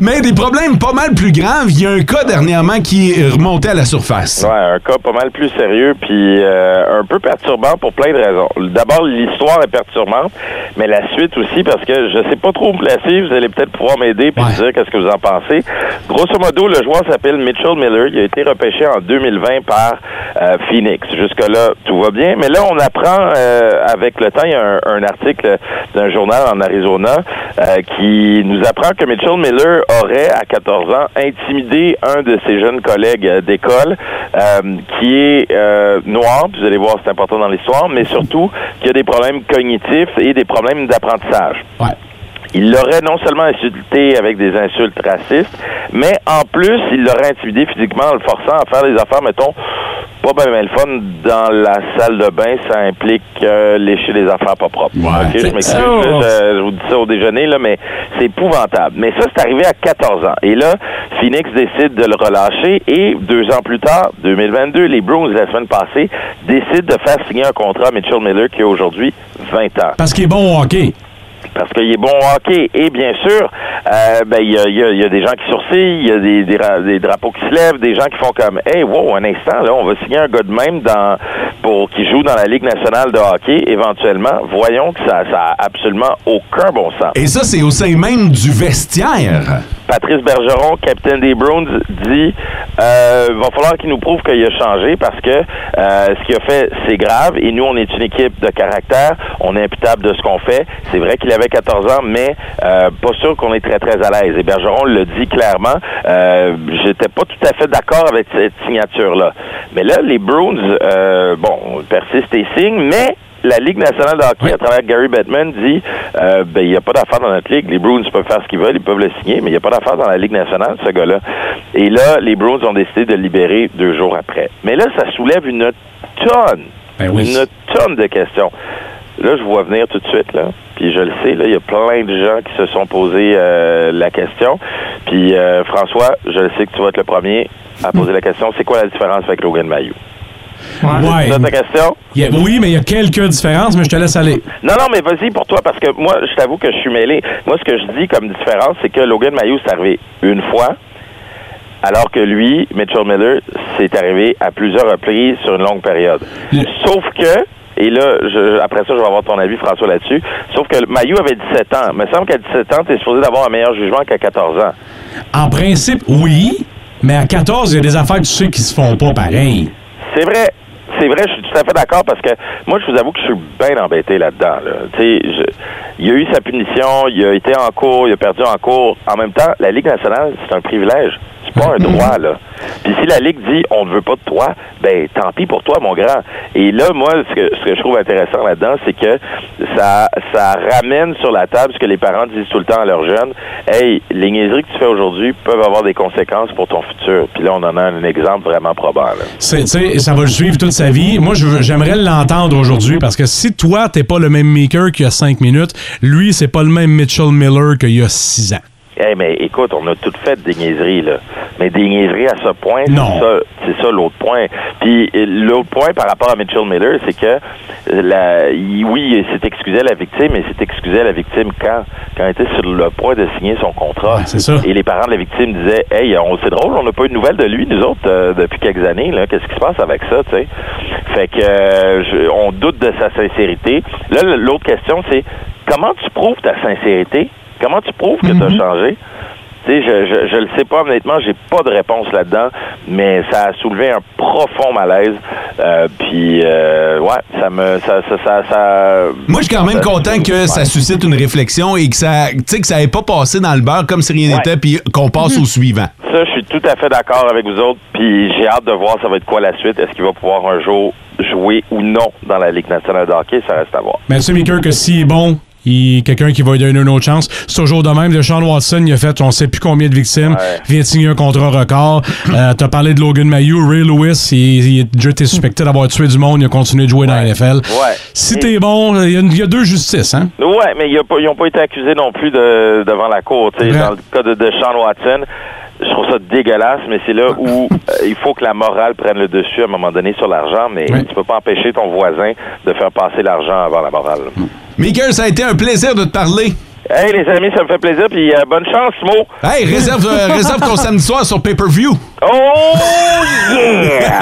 Speaker 3: Mais des problèmes pas mal plus graves. Il y a un cas dernièrement qui est remonté à la surface.
Speaker 11: Ouais, un cas pas mal plus sérieux, puis euh, un peu perturbant pour plein de raisons. D'abord, l'histoire est perturbante, mais la suite aussi, parce que je sais pas trop où me placer, vous allez peut-être pouvoir m'aider puis me dire qu'est-ce que vous en pensez. Grosso modo, le joueur s'appelle Mitchell Miller, il a été repêché en 2020 par euh, Phoenix. Jusque-là, tout va bien, mais là, on apprend euh, avec le temps, il y a un, un article d'un journal en Arizona euh, qui nous apprend que Mitchell Miller aurait, à 14 ans, intimidé un de ses jeunes collègues euh, d'école euh, qui est euh, noir, puis vous allez voir, c'est important dans l'histoire, mais surtout qui a des problèmes cognitifs et des problèmes d'apprentissage. Il l'aurait non seulement insulté avec des insultes racistes, mais en plus, il l'aurait intimidé physiquement en le forçant à faire des affaires, mettons, pas bien le fun dans la salle de bain, ça implique euh, lécher les affaires pas propres. Ok, je m'excuse,
Speaker 6: Oh.
Speaker 11: là, je, je vous dis ça au déjeuner, là, mais c'est épouvantable. Mais ça, c'est arrivé à 14 ans. Et là, Phoenix décide de le relâcher et deux ans plus tard, 2022, les Bruins, la semaine passée, décident de faire signer un contrat à Mitchell Miller qui a aujourd'hui 20 ans
Speaker 6: Parce qu'il est bon au hockey.
Speaker 11: parce qu'il est bon au hockey. Et bien sûr, euh, ben, il y a, il y a- il y a des gens qui sourcillent, il y a des, des ra- des drapeaux qui se lèvent, des gens qui font comme Hey, wow, un instant, là, on va signer un gars de même dans pour qui joue dans la Ligue nationale de hockey éventuellement. Voyons que ça n'a absolument aucun bon sens.
Speaker 3: Et ça, c'est au sein même du vestiaire.
Speaker 11: Patrice Bergeron, capitaine des Browns, dit euh, va falloir qu'il nous prouve qu'il a changé parce que euh, ce qu'il a fait, c'est grave. Et nous, on est une équipe de caractère. On est imputable de ce qu'on fait. C'est vrai qu'il avait 14 ans, mais euh, pas sûr qu'on est très, très à l'aise. Et Bergeron le dit clairement. Euh, J'étais pas tout à fait d'accord avec cette signature-là. Mais là, les Browns, euh, bon, persistent et signent, mais la Ligue nationale de hockey, à travers Gary Bettman, dit euh, ben, il n'y a pas d'affaires dans notre Ligue. Les Bruins peuvent faire ce qu'ils veulent, ils peuvent le signer, mais il n'y a pas d'affaires dans la Ligue nationale, ce gars-là. Et là, les Bruins ont décidé de le libérer deux jours après. Mais là, ça soulève une tonne, une tonne de questions. Là, je vous vois venir tout de suite, là. Puis je le sais, là, il y a plein de gens qui se sont posés euh, la question. Puis euh, François, je le sais que tu vas être le premier à poser la question. C'est quoi la différence avec Logan Mayou?
Speaker 6: Ouais.
Speaker 11: C'est ça ta question?
Speaker 6: Il y a- oui, mais il y a quelques différences, mais je te laisse aller.
Speaker 11: Non, non, mais vas-y pour toi, parce que moi, je t'avoue que je suis mêlé. Moi, ce que je dis comme différence, c'est que Logan Mayou, c'est arrivé une fois, alors que lui, Mitchell Miller, c'est arrivé à plusieurs reprises sur une longue période. Sauf que, et là, je- je- après ça, je vais avoir ton avis, François, là-dessus. Sauf que Mayou avait 17 ans. Il me semble qu'à 17 ans, tu es supposé d'avoir un meilleur jugement qu'à 14 ans.
Speaker 6: En principe, oui, mais à 14, il y a des affaires que tu sais qui se font pas pareil.
Speaker 11: C'est vrai. C'est vrai, je suis tout à fait d'accord parce que moi, je vous avoue que je suis bien embêté là-dedans. là. Tu sais, je- Il a eu sa punition, il a été en cours, il a perdu en cours. En même temps, la Ligue nationale, c'est un privilège. C'est pas un droit, là. Puis si la Ligue dit on ne veut pas de toi, ben tant pis pour toi, mon grand. Et là, moi, ce que, ce que je trouve intéressant là-dedans, c'est que ça, ça ramène sur la table ce que les parents disent tout le temps à leurs jeunes. Hey, les niaiseries que tu fais aujourd'hui peuvent avoir des conséquences pour ton futur. Puis là, on en a un exemple vraiment probant. là.
Speaker 6: C'est- tu sais, ça va le suivre toute sa vie. Moi, je veux- j'aimerais l'entendre aujourd'hui parce que si toi, t'es pas le même maker qu'il y a 5 minutes, lui, c'est pas le même Mitchell Miller qu'il y a 6 ans.
Speaker 11: Eh mais écoute, on a toutes fait des niaiseries, là. Mais des niaiseries à ce point, c'est ça, c'est ça l'autre point. Puis euh, l'autre point par rapport à Mitchell Miller, c'est que euh, la, il- oui, il s'est excusé à la victime, mais il s'est excusé à la victime quand, quand il était sur le point de signer son contrat. Et les parents de la victime disaient Hey, on c'est drôle, on n'a pas eu de nouvelles de lui, nous autres, euh, depuis quelques années, là. Qu'est-ce qui se passe avec ça, tu sais? Fait que euh, je- on doute de sa sincérité. Là, l- l'autre question, c'est comment tu prouves ta sincérité? Comment tu prouves que tu
Speaker 3: Mhm.
Speaker 11: as changé? Tu sais, je, je, je le sais pas, honnêtement, j'ai pas de réponse là-dedans, mais ça a soulevé un profond malaise. Euh, puis, euh, ouais, ça me. Ça, ça, ça, ça-
Speaker 3: Moi, je suis quand même
Speaker 11: ça-
Speaker 3: content que ça suscite une réflexion et que ça, tu sais, que ça ait pas passé dans le beurre comme si rien
Speaker 11: Ouais. Mhm.
Speaker 3: n'était, puis qu'on passe au suivant.
Speaker 11: Ça, je suis tout à fait d'accord avec vous autres, puis j'ai hâte de voir ça va être quoi la suite. Est-ce qu'il va pouvoir un jour jouer ou non dans la Ligue nationale de hockey? Ça reste à voir.
Speaker 6: Mais tu sais, maker, que s'il est bon, il- quelqu'un qui va lui donner une autre chance. C'est toujours de même. De Sean Watson, il a fait on sait plus combien de victimes. Vient de signer un contrat record. Euh, T'as parlé de Logan Mayou, Ray Lewis, il, il a déjà été suspecté d'avoir tué du monde. Il a continué de jouer dans la NFL.
Speaker 11: Ouais.
Speaker 6: Si t'es bon, il y, a une- il y a deux justices, hein?
Speaker 11: Ouais, mais il a pas- ils n'ont pas été accusés non plus de, devant la cour. tu sais.
Speaker 6: Ouais.
Speaker 11: Dans le cas de, de Sean Watson, je trouve ça dégueulasse, mais c'est là où euh, il faut que la morale prenne le dessus à un moment donné sur l'argent, mais tu peux pas empêcher ton voisin de faire passer l'argent avant la morale.
Speaker 3: Michael, ça a été un plaisir de te parler.
Speaker 11: Hey, les amis, ça me fait plaisir, puis euh, bonne chance, Mo.
Speaker 3: Hey, réserve, euh, réserve ton samedi soir sur pay-per-view.
Speaker 11: Oh, yeah!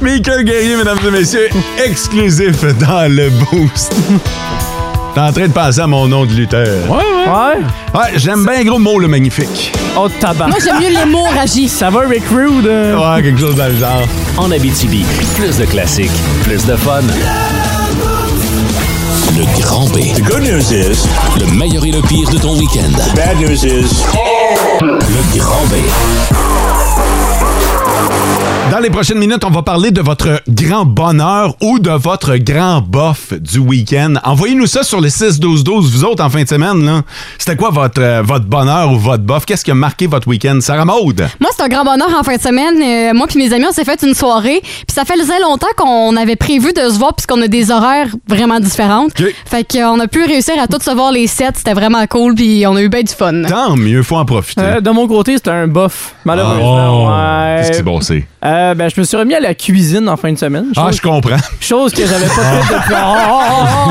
Speaker 3: Michael Guerrier, mesdames et messieurs, exclusif dans le boost. T'es en train de passer à mon nom de lutteur. Ouais,
Speaker 5: ouais.
Speaker 3: Ouais, j'aime bien gros mot, le magnifique.
Speaker 5: Oh, tabac.
Speaker 4: Moi, j'aime mieux l'hémorragie.
Speaker 5: Ça va, Rick Rude?
Speaker 3: Ouais, quelque chose dans le genre.
Speaker 12: En Abitibi, plus de classiques, plus de fun. Le grand B. The good news is... Le meilleur et le pire de ton week-end. The bad news is... Le grand B.
Speaker 3: Dans les prochaines minutes, on va parler de votre grand bonheur ou de votre grand bof du week-end. Envoyez-nous ça sur les 6-12-12, vous autres, en fin de semaine. là. C'était quoi votre, euh, votre bonheur ou votre bof? Qu'est-ce qui a marqué votre week-end? Sarah Maude?
Speaker 4: Moi, c'est un grand bonheur en fin de semaine. Euh, moi puis mes amis, on s'est fait une soirée. Puis ça faisait longtemps qu'on avait prévu de se voir puisqu'on a des horaires vraiment différentes. Fait qu'on a pu réussir à tous se voir les sept. C'était vraiment cool puis on a eu bien du fun.
Speaker 3: Tant mieux, faut en profiter.
Speaker 5: Euh, de mon côté, c'était un bof, malheureusement.
Speaker 3: Oh,
Speaker 5: ouais.
Speaker 3: Qu'est-ce qui s'est passé?
Speaker 5: Euh, ben, je me suis remis à la cuisine en fin de semaine.
Speaker 3: Ah, je comprends. Ah.
Speaker 5: Chose que j'avais pas faite depuis. Oh, oh, oh,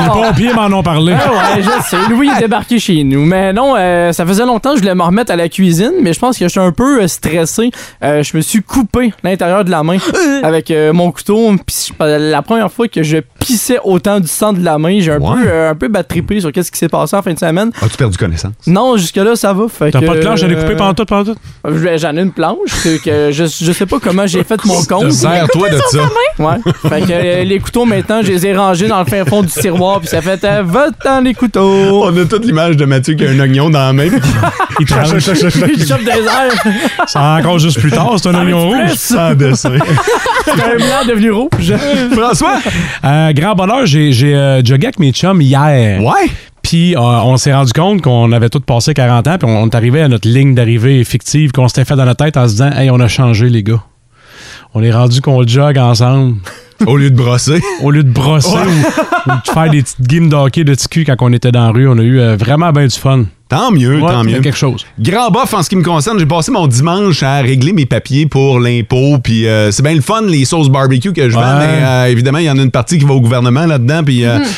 Speaker 6: Les
Speaker 5: oh.
Speaker 6: pompiers m'en ont parlé.
Speaker 5: Ah ouais, je sais. Louis est débarqué chez nous. Mais non, euh, ça faisait longtemps que je voulais me remettre à la cuisine, mais je pense que je suis un peu euh, stressé. Euh, je me suis coupé l'intérieur de la main avec euh, mon couteau. Puis je- la première fois que je pissais autant du sang de la main, j'ai un peu, euh, un peu bat trippé sur qu'est-ce qui s'est passé en fin de semaine.
Speaker 3: As-tu perdu connaissance?
Speaker 5: Non, jusque-là, ça va. Fait
Speaker 6: T'as
Speaker 5: que,
Speaker 6: pas de planche à découper
Speaker 5: euh,
Speaker 6: pantoute, pantoute?
Speaker 5: je- J'en ai une planche, c'est que je, je sais pas comment j'ai fait mon compte.
Speaker 3: Sers-toi de ça.
Speaker 5: Ouais. Fait que euh, les couteaux, maintenant, je les ai rangés dans le fin fond du tiroir, puis ça fait euh, va-t'en les couteaux.
Speaker 3: On a toute l'image de Mathieu qui a un oignon dans la main.
Speaker 6: Il
Speaker 5: tranche.
Speaker 3: tranche.
Speaker 5: Il chope des airs.
Speaker 6: Ça Ah encore juste plus tard, c'est un oignon rouge. Ah, ben,
Speaker 3: Sans dessin.
Speaker 5: C'est un blanc devenu rouge.
Speaker 3: François?
Speaker 6: Euh, grand bonheur, j'ai j'ai, euh, jogué avec mes chums hier.
Speaker 3: Ouais?
Speaker 6: Puis euh, on s'est rendu compte qu'on avait tous passé 40 ans, puis on, on est arrivé à notre ligne d'arrivée fictive qu'on s'était fait dans notre tête en se disant Hey, on a changé, les gars. On est rendu qu'on jogue ensemble.
Speaker 3: Au lieu de brosser.
Speaker 6: Au lieu de brosser ou, ou de faire des petites games de hockey de ticu quand on était dans la rue, on a eu euh, vraiment bien du fun.
Speaker 3: Tant mieux,
Speaker 6: Ouais,
Speaker 3: tant
Speaker 6: il y a
Speaker 3: mieux.
Speaker 6: quelque chose.
Speaker 3: Grand bof en ce qui me concerne, j'ai passé mon dimanche à régler mes papiers pour l'impôt, puis euh, c'est bien le fun, les sauces barbecue que je vends,
Speaker 6: Ouais.
Speaker 3: mais euh, évidemment, il y en a une partie qui va au gouvernement là-dedans, puis... euh,
Speaker 6: Mhm.
Speaker 5: Mm-hmm.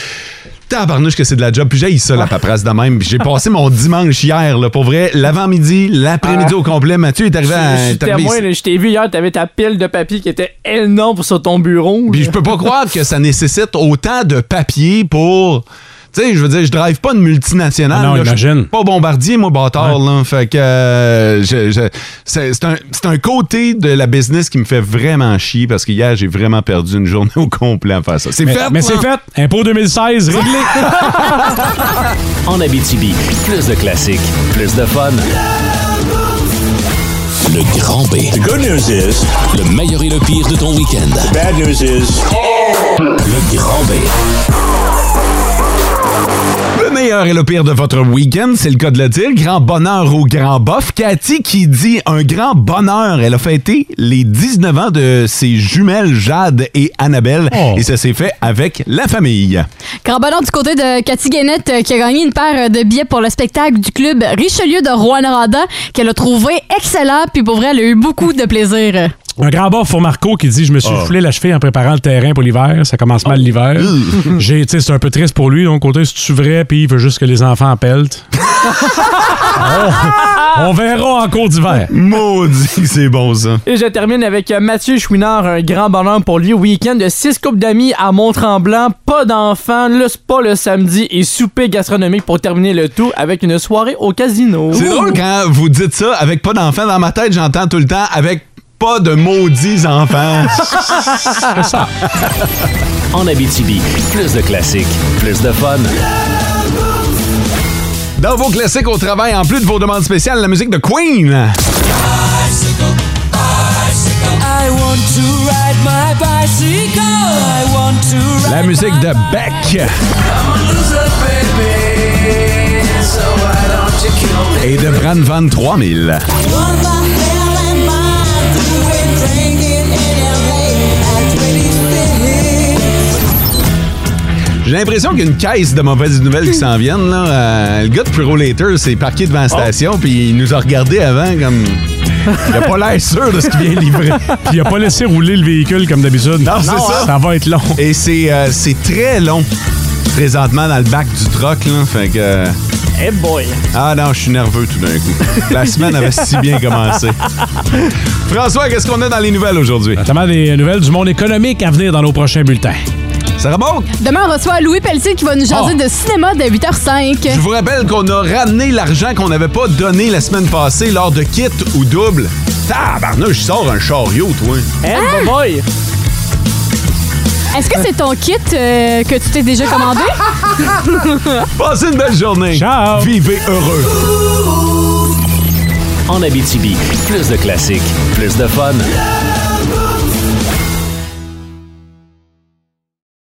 Speaker 3: Tabarnouche que c'est de la job, puis j'ai ça, la paperasse de même. Puis J'ai passé mon dimanche hier, là, pour vrai, l'avant-midi, l'après-midi au complet. Mathieu est arrivé à...
Speaker 5: Je suis
Speaker 3: est arrivé
Speaker 5: témoin,
Speaker 3: ici.
Speaker 5: là, je t'ai vu hier, t'avais ta pile de papier qui était énorme sur ton bureau.
Speaker 3: Puis je peux pas croire que ça nécessite autant de papier pour. Tu sais, je veux dire, je drive pas une multinationale.
Speaker 6: Ah non,
Speaker 3: là. Je suis
Speaker 6: imagine.
Speaker 3: Pas bombardier, moi, bâtard, là. Fait que. euh, je- je- c'est c'est un, c'est un côté de la business qui me fait vraiment chier parce que hier, j'ai vraiment perdu une journée au complet à faire ça. C'est
Speaker 6: Mais-
Speaker 3: fait!
Speaker 6: Mais
Speaker 3: là.
Speaker 6: c'est fait. Impôt 2016, réglé.
Speaker 12: En Abitibi, plus de classiques, plus de fun. Le grand B. The good news is... Le meilleur et le pire de ton week-end. The bad news is... Le grand B.
Speaker 3: Le meilleur et le pire de votre week-end, c'est le cas de le dire. Grand bonheur au grand bof. Cathy qui dit un grand bonheur. Elle a fêté les 19 ans de ses jumelles Jade et Annabelle. Et ça s'est fait avec la famille.
Speaker 4: Grand bonheur du côté de Cathy Guénette euh, qui a gagné une paire euh, de billets pour le spectacle du club Richelieu de Rouen-Noranda qu'elle a trouvé excellent puis pour vrai, elle a eu beaucoup de plaisir.
Speaker 6: Un grand bof pour Marco qui dit Je me suis
Speaker 12: Ah.
Speaker 6: foulé la cheville en préparant le terrain pour l'hiver. Ça commence
Speaker 3: Ah.
Speaker 6: mal l'hiver. J'ai, tu sais, c'est un peu triste pour lui. Donc, côté, c'est-tu vrai? Puis il veut juste que les enfants appellent.
Speaker 3: Ah!
Speaker 5: Ah!
Speaker 6: On verra en cours
Speaker 3: Ben.
Speaker 6: d'hiver.
Speaker 3: Maudit que c'est bon, ça.
Speaker 5: Et je termine avec euh, Mathieu Chouinard, un grand bonheur pour lui. Week-end de six coupes d'amis à Mont-Tremblant, pas d'enfants, le spa le samedi et souper gastronomique pour terminer le tout avec une soirée au casino.
Speaker 3: C'est drôle quand vous dites ça avec pas d'enfants. Dans ma tête, j'entends tout le temps avec pas de maudits enfants.
Speaker 12: C'est ça. En Abitibi, plus de classiques, plus de fun.
Speaker 3: Dans vos classiques au travail, en plus de vos demandes spéciales, la musique de Queen.
Speaker 1: Bicycle, bicycle.
Speaker 15: I want to ride my bicycle. I want to ride
Speaker 3: La musique de Beck
Speaker 15: I'm a loser, baby. So why don't you kill me?
Speaker 3: et de Bran Van 3000.
Speaker 15: What the hell am I doing drinking in LA at 26?
Speaker 3: J'ai l'impression qu'il y a une caisse de mauvaises nouvelles qui s'en viennent. Là. Euh, le gars de Pro Later s'est parqué devant la station, puis il nous a regardé avant comme. Il a pas l'air sûr de ce qu'il vient livrer.
Speaker 6: Puis il a pas laissé rouler le véhicule comme d'habitude. hein?
Speaker 3: Non, c'est ça.
Speaker 6: Ça va être long.
Speaker 3: Et c'est euh, c'est très long présentement dans le bac du troc. Là, fait que.
Speaker 5: Eh boy!
Speaker 3: Ah non, je suis nerveux tout d'un coup. La semaine avait si bien commencé. François, qu'est-ce qu'on a dans les nouvelles aujourd'hui?
Speaker 6: Notamment des nouvelles du monde économique à venir dans nos prochains bulletins.
Speaker 3: Ça remonte?
Speaker 4: Demain, on reçoit Louis Pelletier qui va nous jaser
Speaker 5: Ah.
Speaker 4: de cinéma dès 8h05.
Speaker 3: Je vous rappelle qu'on a ramené l'argent qu'on n'avait pas donné la semaine passée lors de kit ou double. Tabarnouche, je sors un chariot, toi.
Speaker 5: Eh boy!
Speaker 4: Ah! Est-ce que c'est ton kit euh, que tu t'es déjà commandé?
Speaker 3: Passez une belle journée. Ciao. Vivez heureux.
Speaker 2: En Abitibi, plus de classiques, plus de fun.